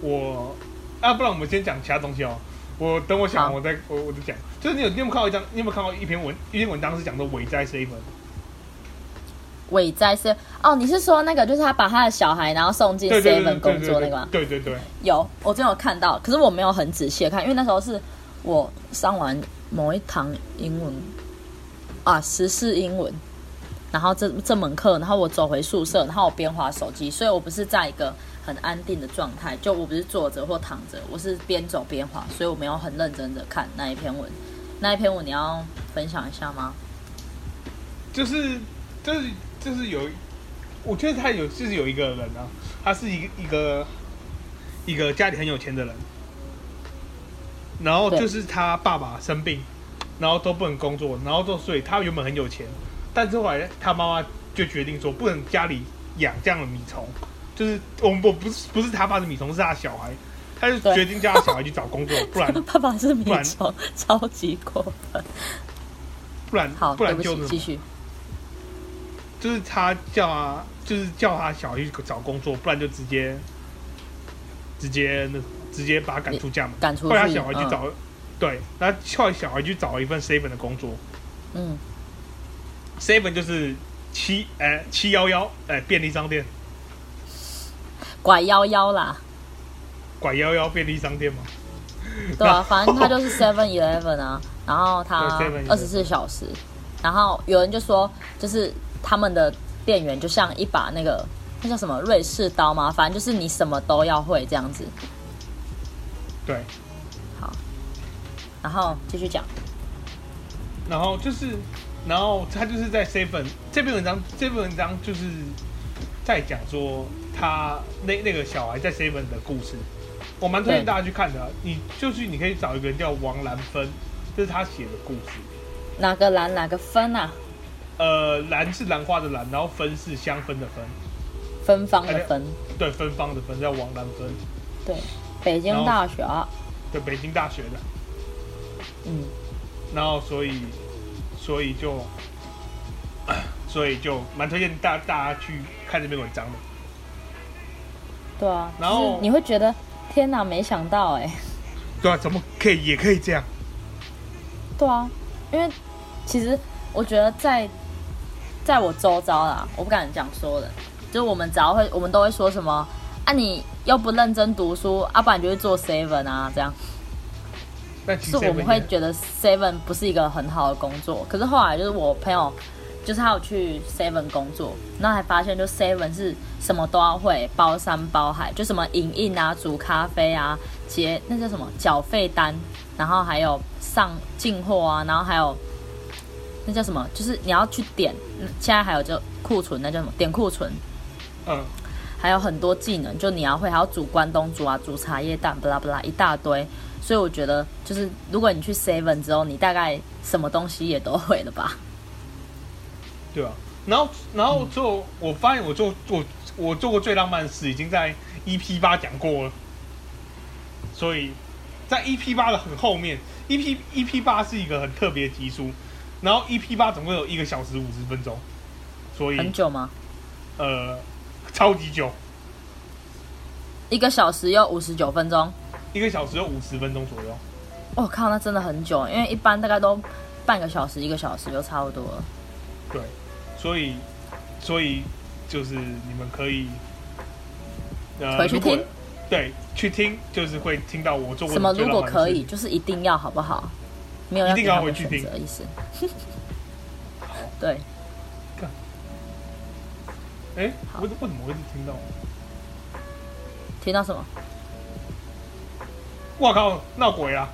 S4: 我啊，不然我们先讲其他东西哦。我等我想，
S5: 好
S4: 我再我我再讲。就是你有你有没有看到一张？你有没有看到一篇文？一篇文章是讲的伪灾 seven。
S5: 伟哉是哦，你是说那个就是他把他的小孩然后送进
S4: 对对对
S5: seven
S4: 对
S5: 工
S4: 对
S5: 作那
S4: 对
S5: 个吗？
S4: 对对对。
S5: 有，我真有看到，可是我没有很仔细的看，因为那时候是我上完某一堂英文啊，时事英文，然后这这门课，然后我走回宿舍，然后我边滑手机，所以我不是在一个很安定的状态，就我不是坐着或躺着，我是边走边滑，所以我没有很认真的看那一篇文。那一篇文你要分享一下吗？
S4: 就是就是就是有，我觉得他有就是有一个人啊，他是一个一个一个家里很有钱的人，然后
S5: 对
S4: 就是他爸爸生病，然后都不能工作，然后都所以他原本很有钱，但是后来他妈妈就决定说不能家里养这样的米虫，就是我们不不是不是他爸的米虫，是他小孩，他就
S5: 对
S4: 决定叫他小孩去找工作， 不然
S5: 爸爸是米
S4: 不然
S5: 虫，超级过分。
S4: 不然
S5: 好，
S4: 不
S5: 对
S4: 然
S5: 不
S4: 就
S5: 起，
S4: 是
S5: 继续。
S4: 就是他叫他，就是叫他小孩去找工作，不然就直接直接那直接把他赶出家门。
S5: 赶出
S4: 后
S5: 去。
S4: 来
S5: 嗯
S4: 他小孩去找，对，然后后来小孩去找了一份 seven 的工作
S5: 嗯，
S4: ，seven 就是七哎七幺幺哎便利商店，
S5: 嗯，拐幺幺啦。
S4: 拐幺幺便利商店嘛。
S5: 对
S4: 然后
S5: 啊，反正 他就是 Seven Eleven 啊，然后他
S4: 对7-11
S5: 二十四小时，然后有人就说，就是他们的店员就像一把那个那叫什么瑞士刀吗？反正就是你什么都要会这样子。
S4: 对，
S5: 然后继续讲，
S4: 然后就是，然后他就是在 seven 这篇文章，这篇文章就是在讲说他那那个小孩在 seven 的故事，我蛮推荐
S5: 对
S4: 大家去看的啊。你就是你可以找一个人叫王兰芬，这是他写的故事。
S5: 哪个蓝哪个分啊？
S4: 呃，兰是兰花的兰，然后芬是香氛的芬，
S5: 芬芳的芬，
S4: 对，芬芳的芬叫王兰芬，
S5: 对，北京大学啊，
S4: 对，北京大学的。
S5: 嗯，
S4: 然后所以所以就 所以就蛮推荐大大家去看这篇文章的。
S5: 对啊，
S4: 然后
S5: 就是你会觉得天哪，没想到哎、
S4: 对啊，怎么可以也可以这样？
S5: 对啊，因为其实我觉得在在我周遭啦，我不敢讲说的，就是我们只要会，我们都会说什么啊，你又不认真读书，啊，不然就去做 seven 啊，这样。
S4: 但其
S5: 是
S4: 实
S5: 我们会觉得 seven 不是一个很好的工作，可是后来就是我朋友，就是他有去 seven 工作，然后还发现就 seven 是什么都要会，包山包海，就什么影印啊、煮咖啡啊、结那叫什么缴费单，然后还有上进货啊，然后还有那叫什么，就是你要去点，嗯现在还有就库存，那叫什么点库存，
S4: 嗯，
S5: 还有很多技能，就你要会，还要煮关东煮啊，煮茶叶蛋，巴拉巴拉一大堆。所以我觉得，就是如果你去 Seven 之后，你大概什么东西也都会了吧？
S4: 对啊。然后，然后就我发现我做我我做过最浪漫的事，已经在 EP 八讲过了。所 E 以在 EP 八的很后面，EP EP 八是一个很特别的集数。然后 EP 八总共有一个小时五十分钟，所以
S5: 很久吗？
S4: 呃，超级久，
S5: 一个小时又五十九分钟。
S4: 一个小时有五十分钟左右。
S5: 我、靠，那真的很久，因为一般大概都半个小时、一个小时就差不多了。
S4: 对，所以所以就是你们可以呃
S5: 回去
S4: 如果
S5: 听
S4: 对，去听就是会听到我做过
S5: 什么
S4: 最
S5: 如
S4: 浪
S5: 果
S4: 漫的
S5: 可
S4: 事
S5: 以，
S4: 情
S5: 就是一定要，好不好？没有
S4: 一
S5: 要
S4: 定
S5: 给他
S4: 要
S5: 们
S4: 回去
S5: 选择的意思。 对，
S4: 哎，
S5: 好
S4: 我我怎么会听到？
S5: 听到什么？
S4: 我靠，闹鬼啊！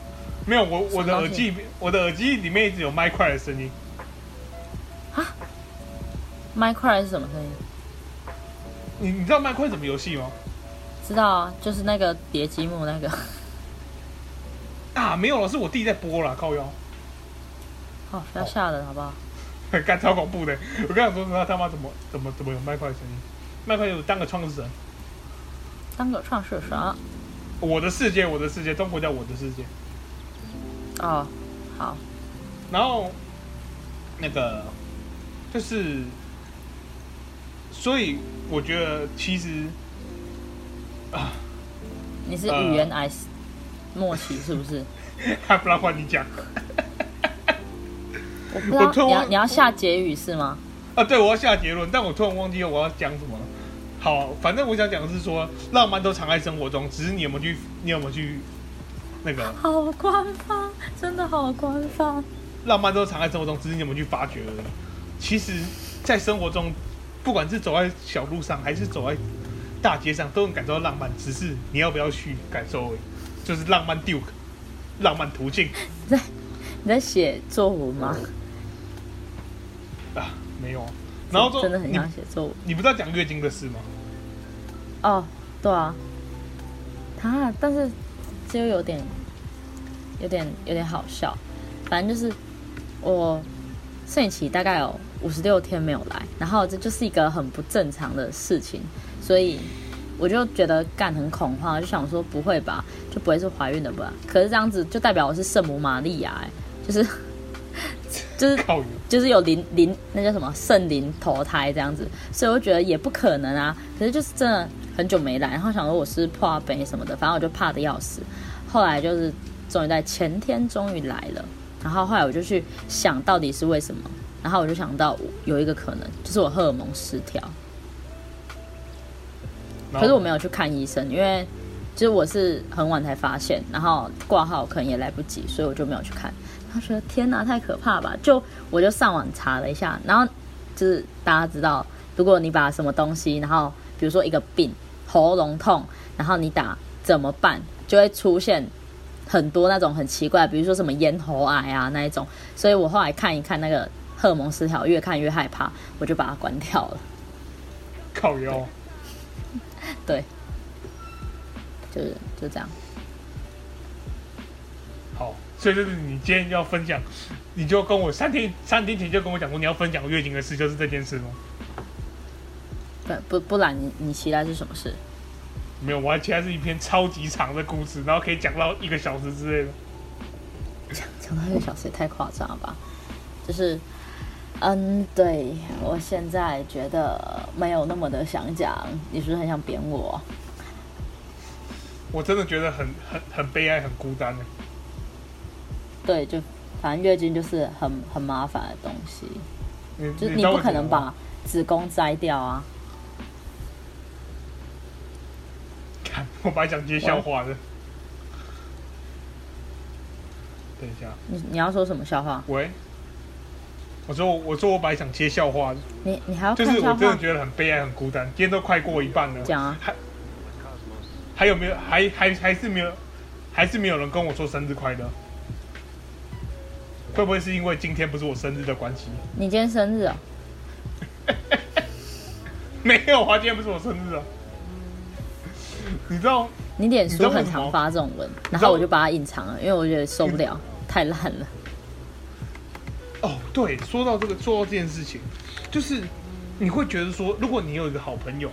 S4: 没有，我
S5: 什么
S4: 我的耳
S5: 东西
S4: 机，我的耳机里面一直有麦块的声音，
S5: 麦块是什么声音？
S4: 你你知道麦块怎么游戏吗？
S5: 知道啊，就是那个叠积木那个。
S4: 啊，没有了，是我弟在播啦，靠腰，
S5: 哦，不要吓人，好不好？
S4: 干超恐怖的。我刚想说他他妈怎么怎么怎么有麦块的声音，麦块有当个创始人，
S5: 当个创世神啊
S4: 我的世界，我的世界，中国叫我的世界。
S5: 哦，好，
S4: 然后那个就是，所以我觉得其实
S5: 你是
S4: 嗯
S5: 语言癌末期是不 是？
S4: 还不然换你讲
S5: 我不知道
S4: 我突然
S5: 你要
S4: 忘
S5: 你要下结语是吗？
S4: 啊。对，我要下结论，但我突然忘记我要讲什么了。好，反正我想讲的是说，浪漫都藏在生活中，只是你有没有去，你有没有去那个
S5: 好官方，真的好官方。
S4: 浪漫都藏在生活中，只是你有没有去发掘而已。其实，在生活中，不管是走在小路上，还是走在大街上，都能感受到浪漫，只是你要不要去感受而已。就是浪漫 Duke，浪漫途径
S5: 你在写作文吗？
S4: 啊，没有啊。然后说
S5: 真的很
S4: 你
S5: 想写作文
S4: 你不是要讲月经的事吗？
S5: 哦，对啊，啊，但是就有点有点有点好笑，反正就是我盛期大概有五十六天没有来，然后这就是一个很不正常的事情，所以我就觉得干很恐慌，就想说不会吧，就不会是怀孕的吧？可是这样子就代表我是圣母玛利亚、欸，就是 就是
S4: 靠远，
S5: 就是有灵灵那叫什么圣灵投胎这样子，所以我觉得也不可能啊。可是就是真的很久没来，然后想说我是破北什么的，反正我就怕的要死。后来就是终于在前天终于来了，然后后来我就去想到底是为什么，然后我就想到有一个可能就是我荷尔蒙失调，
S4: 然后
S5: 可是我没有去看医生，因为就是我是很晚才发现，然后挂号可能也来不及，所以我就没有去看。他说：“天哪，太可怕了吧！”就我就上网查了一下，然后就是大家知道，如果你把什么东西，然后比如说一个病，喉咙痛，然后你打怎么办，就会出现很多那种很奇怪，比如说什么咽喉癌啊那一种。所以我后来看一看那个荷尔蒙失调，越看越害怕，我就把它关掉了。
S4: 靠腰，啊
S5: 对，就是就这样。
S4: 好，所以就是你今天要分享，你就跟我三天三天前就跟我讲过你要分享月经的事，就是这件事吗？
S5: 对，不不然你你期待是什么事？
S4: 没有，我还期待是一篇超级长的故事，然后可以讲到一个小时之类的。
S5: 讲讲到一个小时也太夸张了吧？就是，嗯，对我现在觉得没有那么的想讲，你是不是很想扁我？
S4: 我真的觉得很很很悲哀，很孤单的。
S5: 对，就反正月经就是很很麻烦的东西，
S4: 你
S5: 就是
S4: 你
S5: 你
S4: 知道
S5: 不
S4: 为什
S5: 可
S4: 么
S5: 能
S4: 吗
S5: 把子宫摘掉啊。
S4: 看，我本来想接笑话的。等一下，
S5: 你你要说什么笑话？
S4: 喂，我说我我说我本来想接笑话的，
S5: 你你还要
S4: 就
S5: 看
S4: 是我
S5: 笑
S4: 真的
S5: 话？
S4: 觉得很悲哀，很孤单。今天都快过一半了，
S5: 讲啊
S4: 还还有没有？还还还是没有？还是没有人跟我说生日快乐？会不会是因为今天不是我生日的关系？
S5: 你今天生日哦？
S4: 没有啊，今天不是我生日啊。你知道
S5: 你脸
S4: 你知道
S5: 书
S4: 为什
S5: 很
S4: 么
S5: 常发这种文，然
S4: 知道
S5: 后我就把它隐藏了，因为我觉得受不了，太烂了。
S4: 哦，对，说到这个，说到这件事情，就是你会觉得说，如果你有一个好朋友，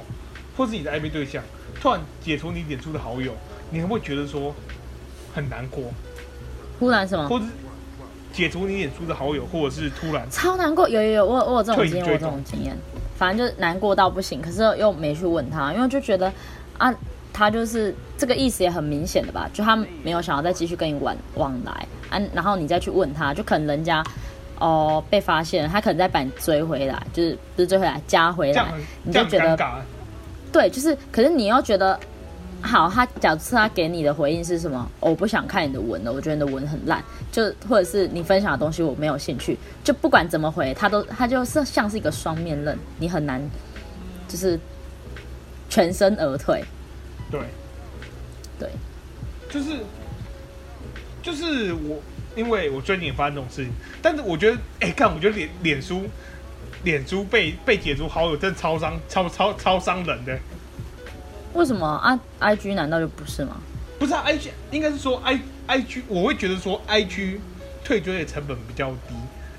S4: 或是你的暧昧对象，突然解除你脸书的好友，你会不会觉得说很难过，
S5: 忽然什么？
S4: 或是解除你脸书的好友，或者是突然
S5: 超难过，有有有，我我有这种
S4: 退
S5: 经验，
S4: 追
S5: 我有这种经验，反正就是难过到不行，可是又没去问他，因为就觉得啊，他就是这个意思也很明显的吧，就他没有想要再继续跟你往往来啊，然后你再去问他，就可能人家哦被发现了，他可能再把你追回来，就是不是追回来加回
S4: 这
S5: 来
S4: 样，
S5: 你
S4: 这
S5: 就
S4: 样很
S5: 觉
S4: 尴
S5: 得
S4: 尬。
S5: 对，就是，可是你又觉得，好，他假设他给你的回应是什么？哦我不想看你的文了，我觉得你的文很烂，就或者是你分享的东西我没有兴趣，就不管怎么回，他都他就是像是一个双面刃，你很难就是全身而退。
S4: 对，
S5: 对，
S4: 就是就是我，因为我最近也发生这种事情，但是我觉得，哎、看，我觉得脸脸书脸书被被解除好友，真的超伤超超超伤人的。
S5: 为什么啊？I G 难道就不是吗？
S4: 不是、啊、，IG 应该是说 I IG，我会觉得说 IG 退追的成本比较低，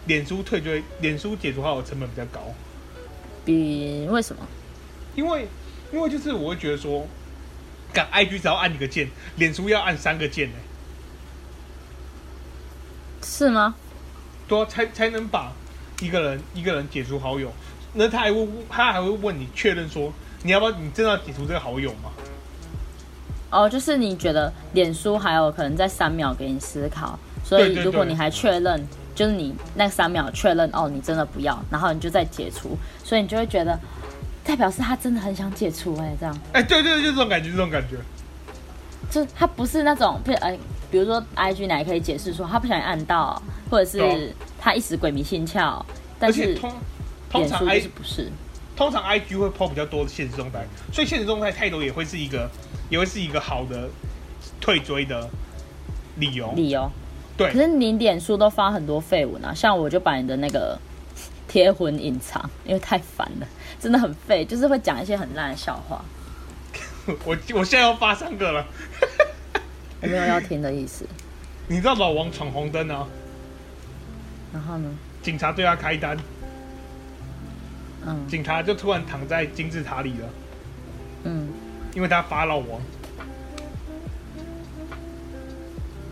S4: 脸书退追脸书解除好友成本比较高。
S5: 比为什么？
S4: 因为因为就是我会觉得说，敢 IG 只要按一个键，脸书要按三个键呢、
S5: 是吗？
S4: 对啊、才才能把一个人一个人解除好友。那他还会他还会问你确认说，你要不要你真的要解除这个好友吗？
S5: 哦，就是你觉得脸书还有可能在三秒给你思考，所
S4: 对
S5: 以
S4: 对
S5: 如果
S4: 对
S5: 你还确认，就是你那三秒确认哦，你真的不要，然后你就再解除，所以你就会觉得代表是他真的很想解除哎、这样
S4: 哎、对对对，就这种感觉，这种感觉。
S5: 就他不是那种不呃，比如说 I G 哪可以解释说他不小心按到，或者
S4: 对哦
S5: 是他一时鬼迷心窍，但
S4: 而且
S5: 是
S4: 通通
S5: 脸
S4: 常
S5: 书就
S4: I
S5: 是不是
S4: 通常 IG 会 po 比较多的现实动态，所以现实动态太多也会是一个也会是一个好的退追的理由。
S5: 理由。
S4: 对
S5: 哦可是你脸书都发很多废文啊，像我就把你的那个 贴文隐藏，因为太烦了，真的很废，就是会讲一些很烂的笑话，
S4: 我我现在要发三个了，
S5: 我没有要听的意思。
S4: 你知道老王闯红灯啊，
S5: 然后呢，
S4: 警察对他开单，
S5: 嗯
S4: 警察就突然躺在金字塔里了，
S5: 嗯，
S4: 因为他发老王。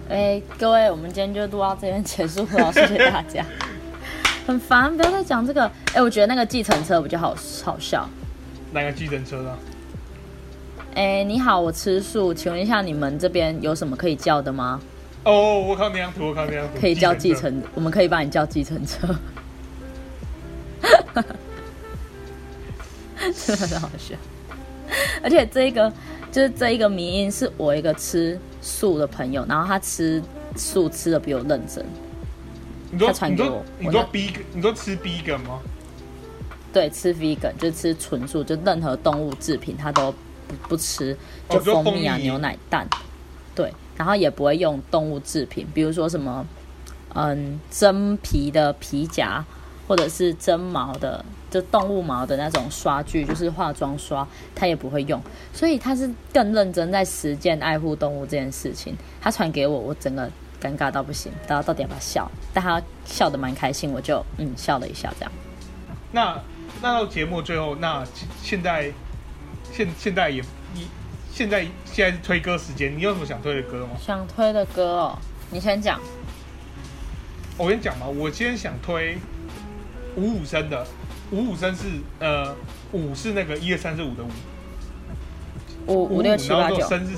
S5: 哎、各位，我们今天就录到这边结束了，谢谢大家。很烦，不要再讲这个。哎、我觉得那个计程车比较好好笑。
S4: 那个计程车啊？
S5: 哎、你好，我吃素，请问一下你们这边有什么可以叫的吗？
S4: 哦，我看那张图，我看那张图，
S5: 可以叫计
S4: 车。
S5: 程，我们可以帮你叫计程车。 真的很好笑，而且这一个就是这一个迷因是我一个吃素的朋友，然后他吃素吃的比我认真，
S4: 你说
S5: 他传
S4: 你
S5: 给
S4: 说
S5: 我
S4: 你
S5: 我
S4: 说
S5: 那
S4: B 你说吃 B 梗吗？
S5: 对，吃 vegan 就是吃纯素，就任何动物制品他都不不吃，
S4: 哦
S5: 就
S4: 就
S5: 蜂蜜啊、
S4: 蜂蜜
S5: 牛奶、蛋，对，然后也不会用动物制品，比如说什么嗯真皮的皮夹，或者是真毛的，就动物毛的那种刷具，就是化妆刷，他也不会用，所以他是更认真在实践爱护动物这件事情。他传给我，我整个尴尬到不行，大家到底要不要笑？但他笑得蛮开心，我就嗯笑了一下这样。
S4: 那那到节目最后，那现现在现现在也你现在现在是推歌时间，你有什么想推的歌吗？
S5: 想推的歌哦，你先讲。
S4: 我跟你讲嘛，我今天想推五五声的，五五声是呃五是那个一二三四五的五，
S5: 五五六七八
S4: 然后
S5: 九
S4: 声是，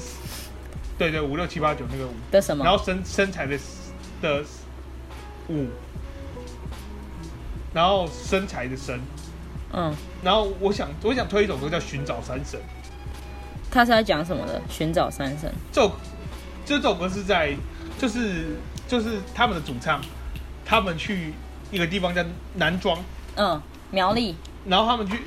S4: 对对五六七八九那个五，
S5: 的什
S4: 然后
S5: 么？
S4: 身身材的的五，然后身材的身，
S5: 嗯，
S4: 然后我想我想推一首歌叫《寻找三神》，
S5: 他是在讲什么的？寻找三生。
S4: 这首这首歌是在就是就是他们的主唱，他们去一个地方叫南庄，
S5: 嗯，苗栗。
S4: 然后他们去，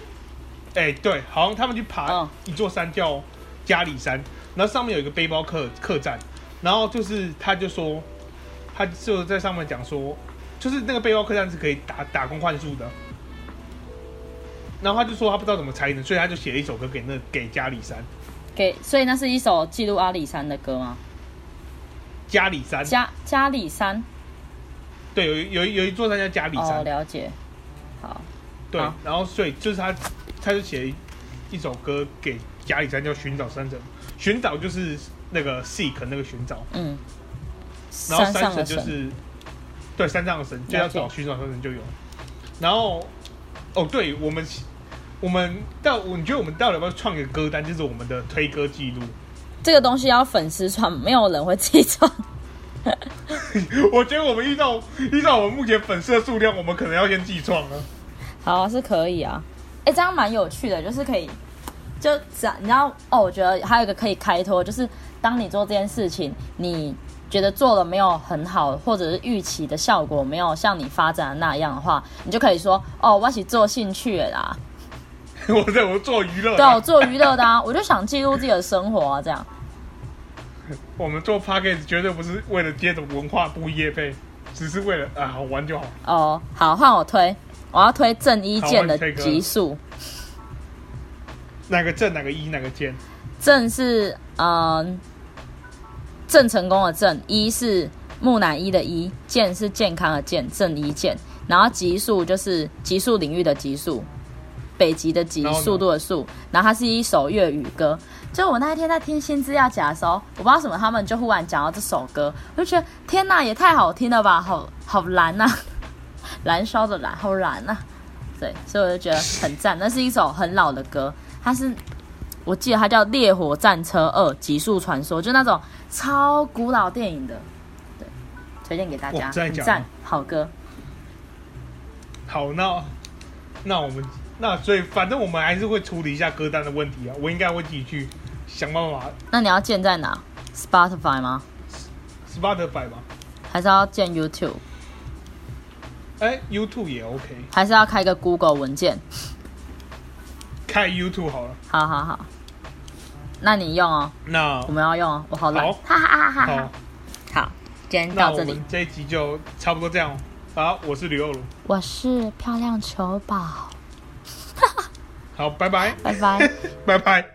S4: 哎、对，好像他们去爬
S5: 嗯
S4: 一座山叫嘉里山，然后上面有一个背包客客栈，然后就是他就说，他就在上面讲说，就是那个背包客栈是可以打打工换宿的，然后他就说他不知道怎么才能，所以他就写了一首歌给那给嘉里山，
S5: 给，所以那是一首记录阿里山的歌吗？
S4: 嘉里山，
S5: 加加里山，
S4: 对，有一有一有一座山叫嘉里山，
S5: 哦，了解。好，
S4: 对
S5: 好，
S4: 然后所以就是他，他就写了一一首歌给加里山叫《寻找山神》，寻找就是那个 seek 那个寻找，
S5: 嗯，
S4: 然后
S5: 山
S4: 山
S5: 上
S4: 神就
S5: 的神，
S4: 是对，山上的神就
S5: 了
S4: 要
S5: 解
S4: 找寻找山神就有。然后，哦，对我们，我们到，我你觉得我们到底要不要创一个歌单，就是我们的推歌记录？
S5: 这个东西要粉丝创，没有人会自己创。
S4: 我觉得我们依照依照我们目前粉丝的数量，我们可能要先记创了。
S5: 好啊，是可以啊。哎、这样蛮有趣的，就是可以，就只要你知道哦，我觉得还有一个可以开脱，就是当你做这件事情，你觉得做了没有很好，或者是预期的效果没有像你发展的那样的话，你就可以说哦，我是做兴趣的啦，
S4: 我在我做娱乐
S5: 对啊，
S4: 的，
S5: 我做娱乐的啊，我就想记录自己的生活啊，这样。
S4: 我们做 p a c k a g e 绝对不是为了接种文化部业费，只是为了啊好玩就好。
S5: 哦，好，换我推，我要推郑伊健的
S4: 好换你推歌
S5: 集数。
S4: 哪个正哪个一哪个尖？
S5: 郑是嗯郑成功的郑，一是木乃伊的伊，健是健康的健，郑伊健。然后极速就是极速领域的极速，北极的极
S4: 然，后呢
S5: 速度的速。然后它是一首粤语歌。就我那一天在听新资料夹的时候，我不知道为什么，他们就忽然讲到这首歌，我就觉得天呐，也太好听了吧，好好燃呐、燃烧的燃，好燃呐、对，所以我就觉得很赞。那是一首很老的歌，它是我记得它叫《烈火战车二：极速传说》，就那种超古老电影的，对，推荐给大家，
S4: 哇真的
S5: 很
S4: 假的
S5: 赞，好歌。
S4: 好，那那我们那所以反正我们还是会处理一下歌单的问题啊，我应该会自己去想办法
S5: 那你要建在哪？Spotify 吗？
S4: Spotify 吧。
S5: 还是要建 YouTube？
S4: 哎、y o u t u b e 也 OK，
S5: 还是要开一个 Google 文件？
S4: 开 YouTube 好了。
S5: 好好好，那你用哦，
S4: 那
S5: 我们要用哦，我好懒，
S4: 好
S5: 哈哈哈哈哈。
S4: 好，
S5: 好，今天
S4: 那
S5: 嗯到
S4: 我
S5: 这里
S4: 们。这一集就差不多这样哦。好，我是吕欧如，
S5: 我是漂亮球宝，
S4: 好，拜拜，
S5: 拜拜。
S4: 拜拜。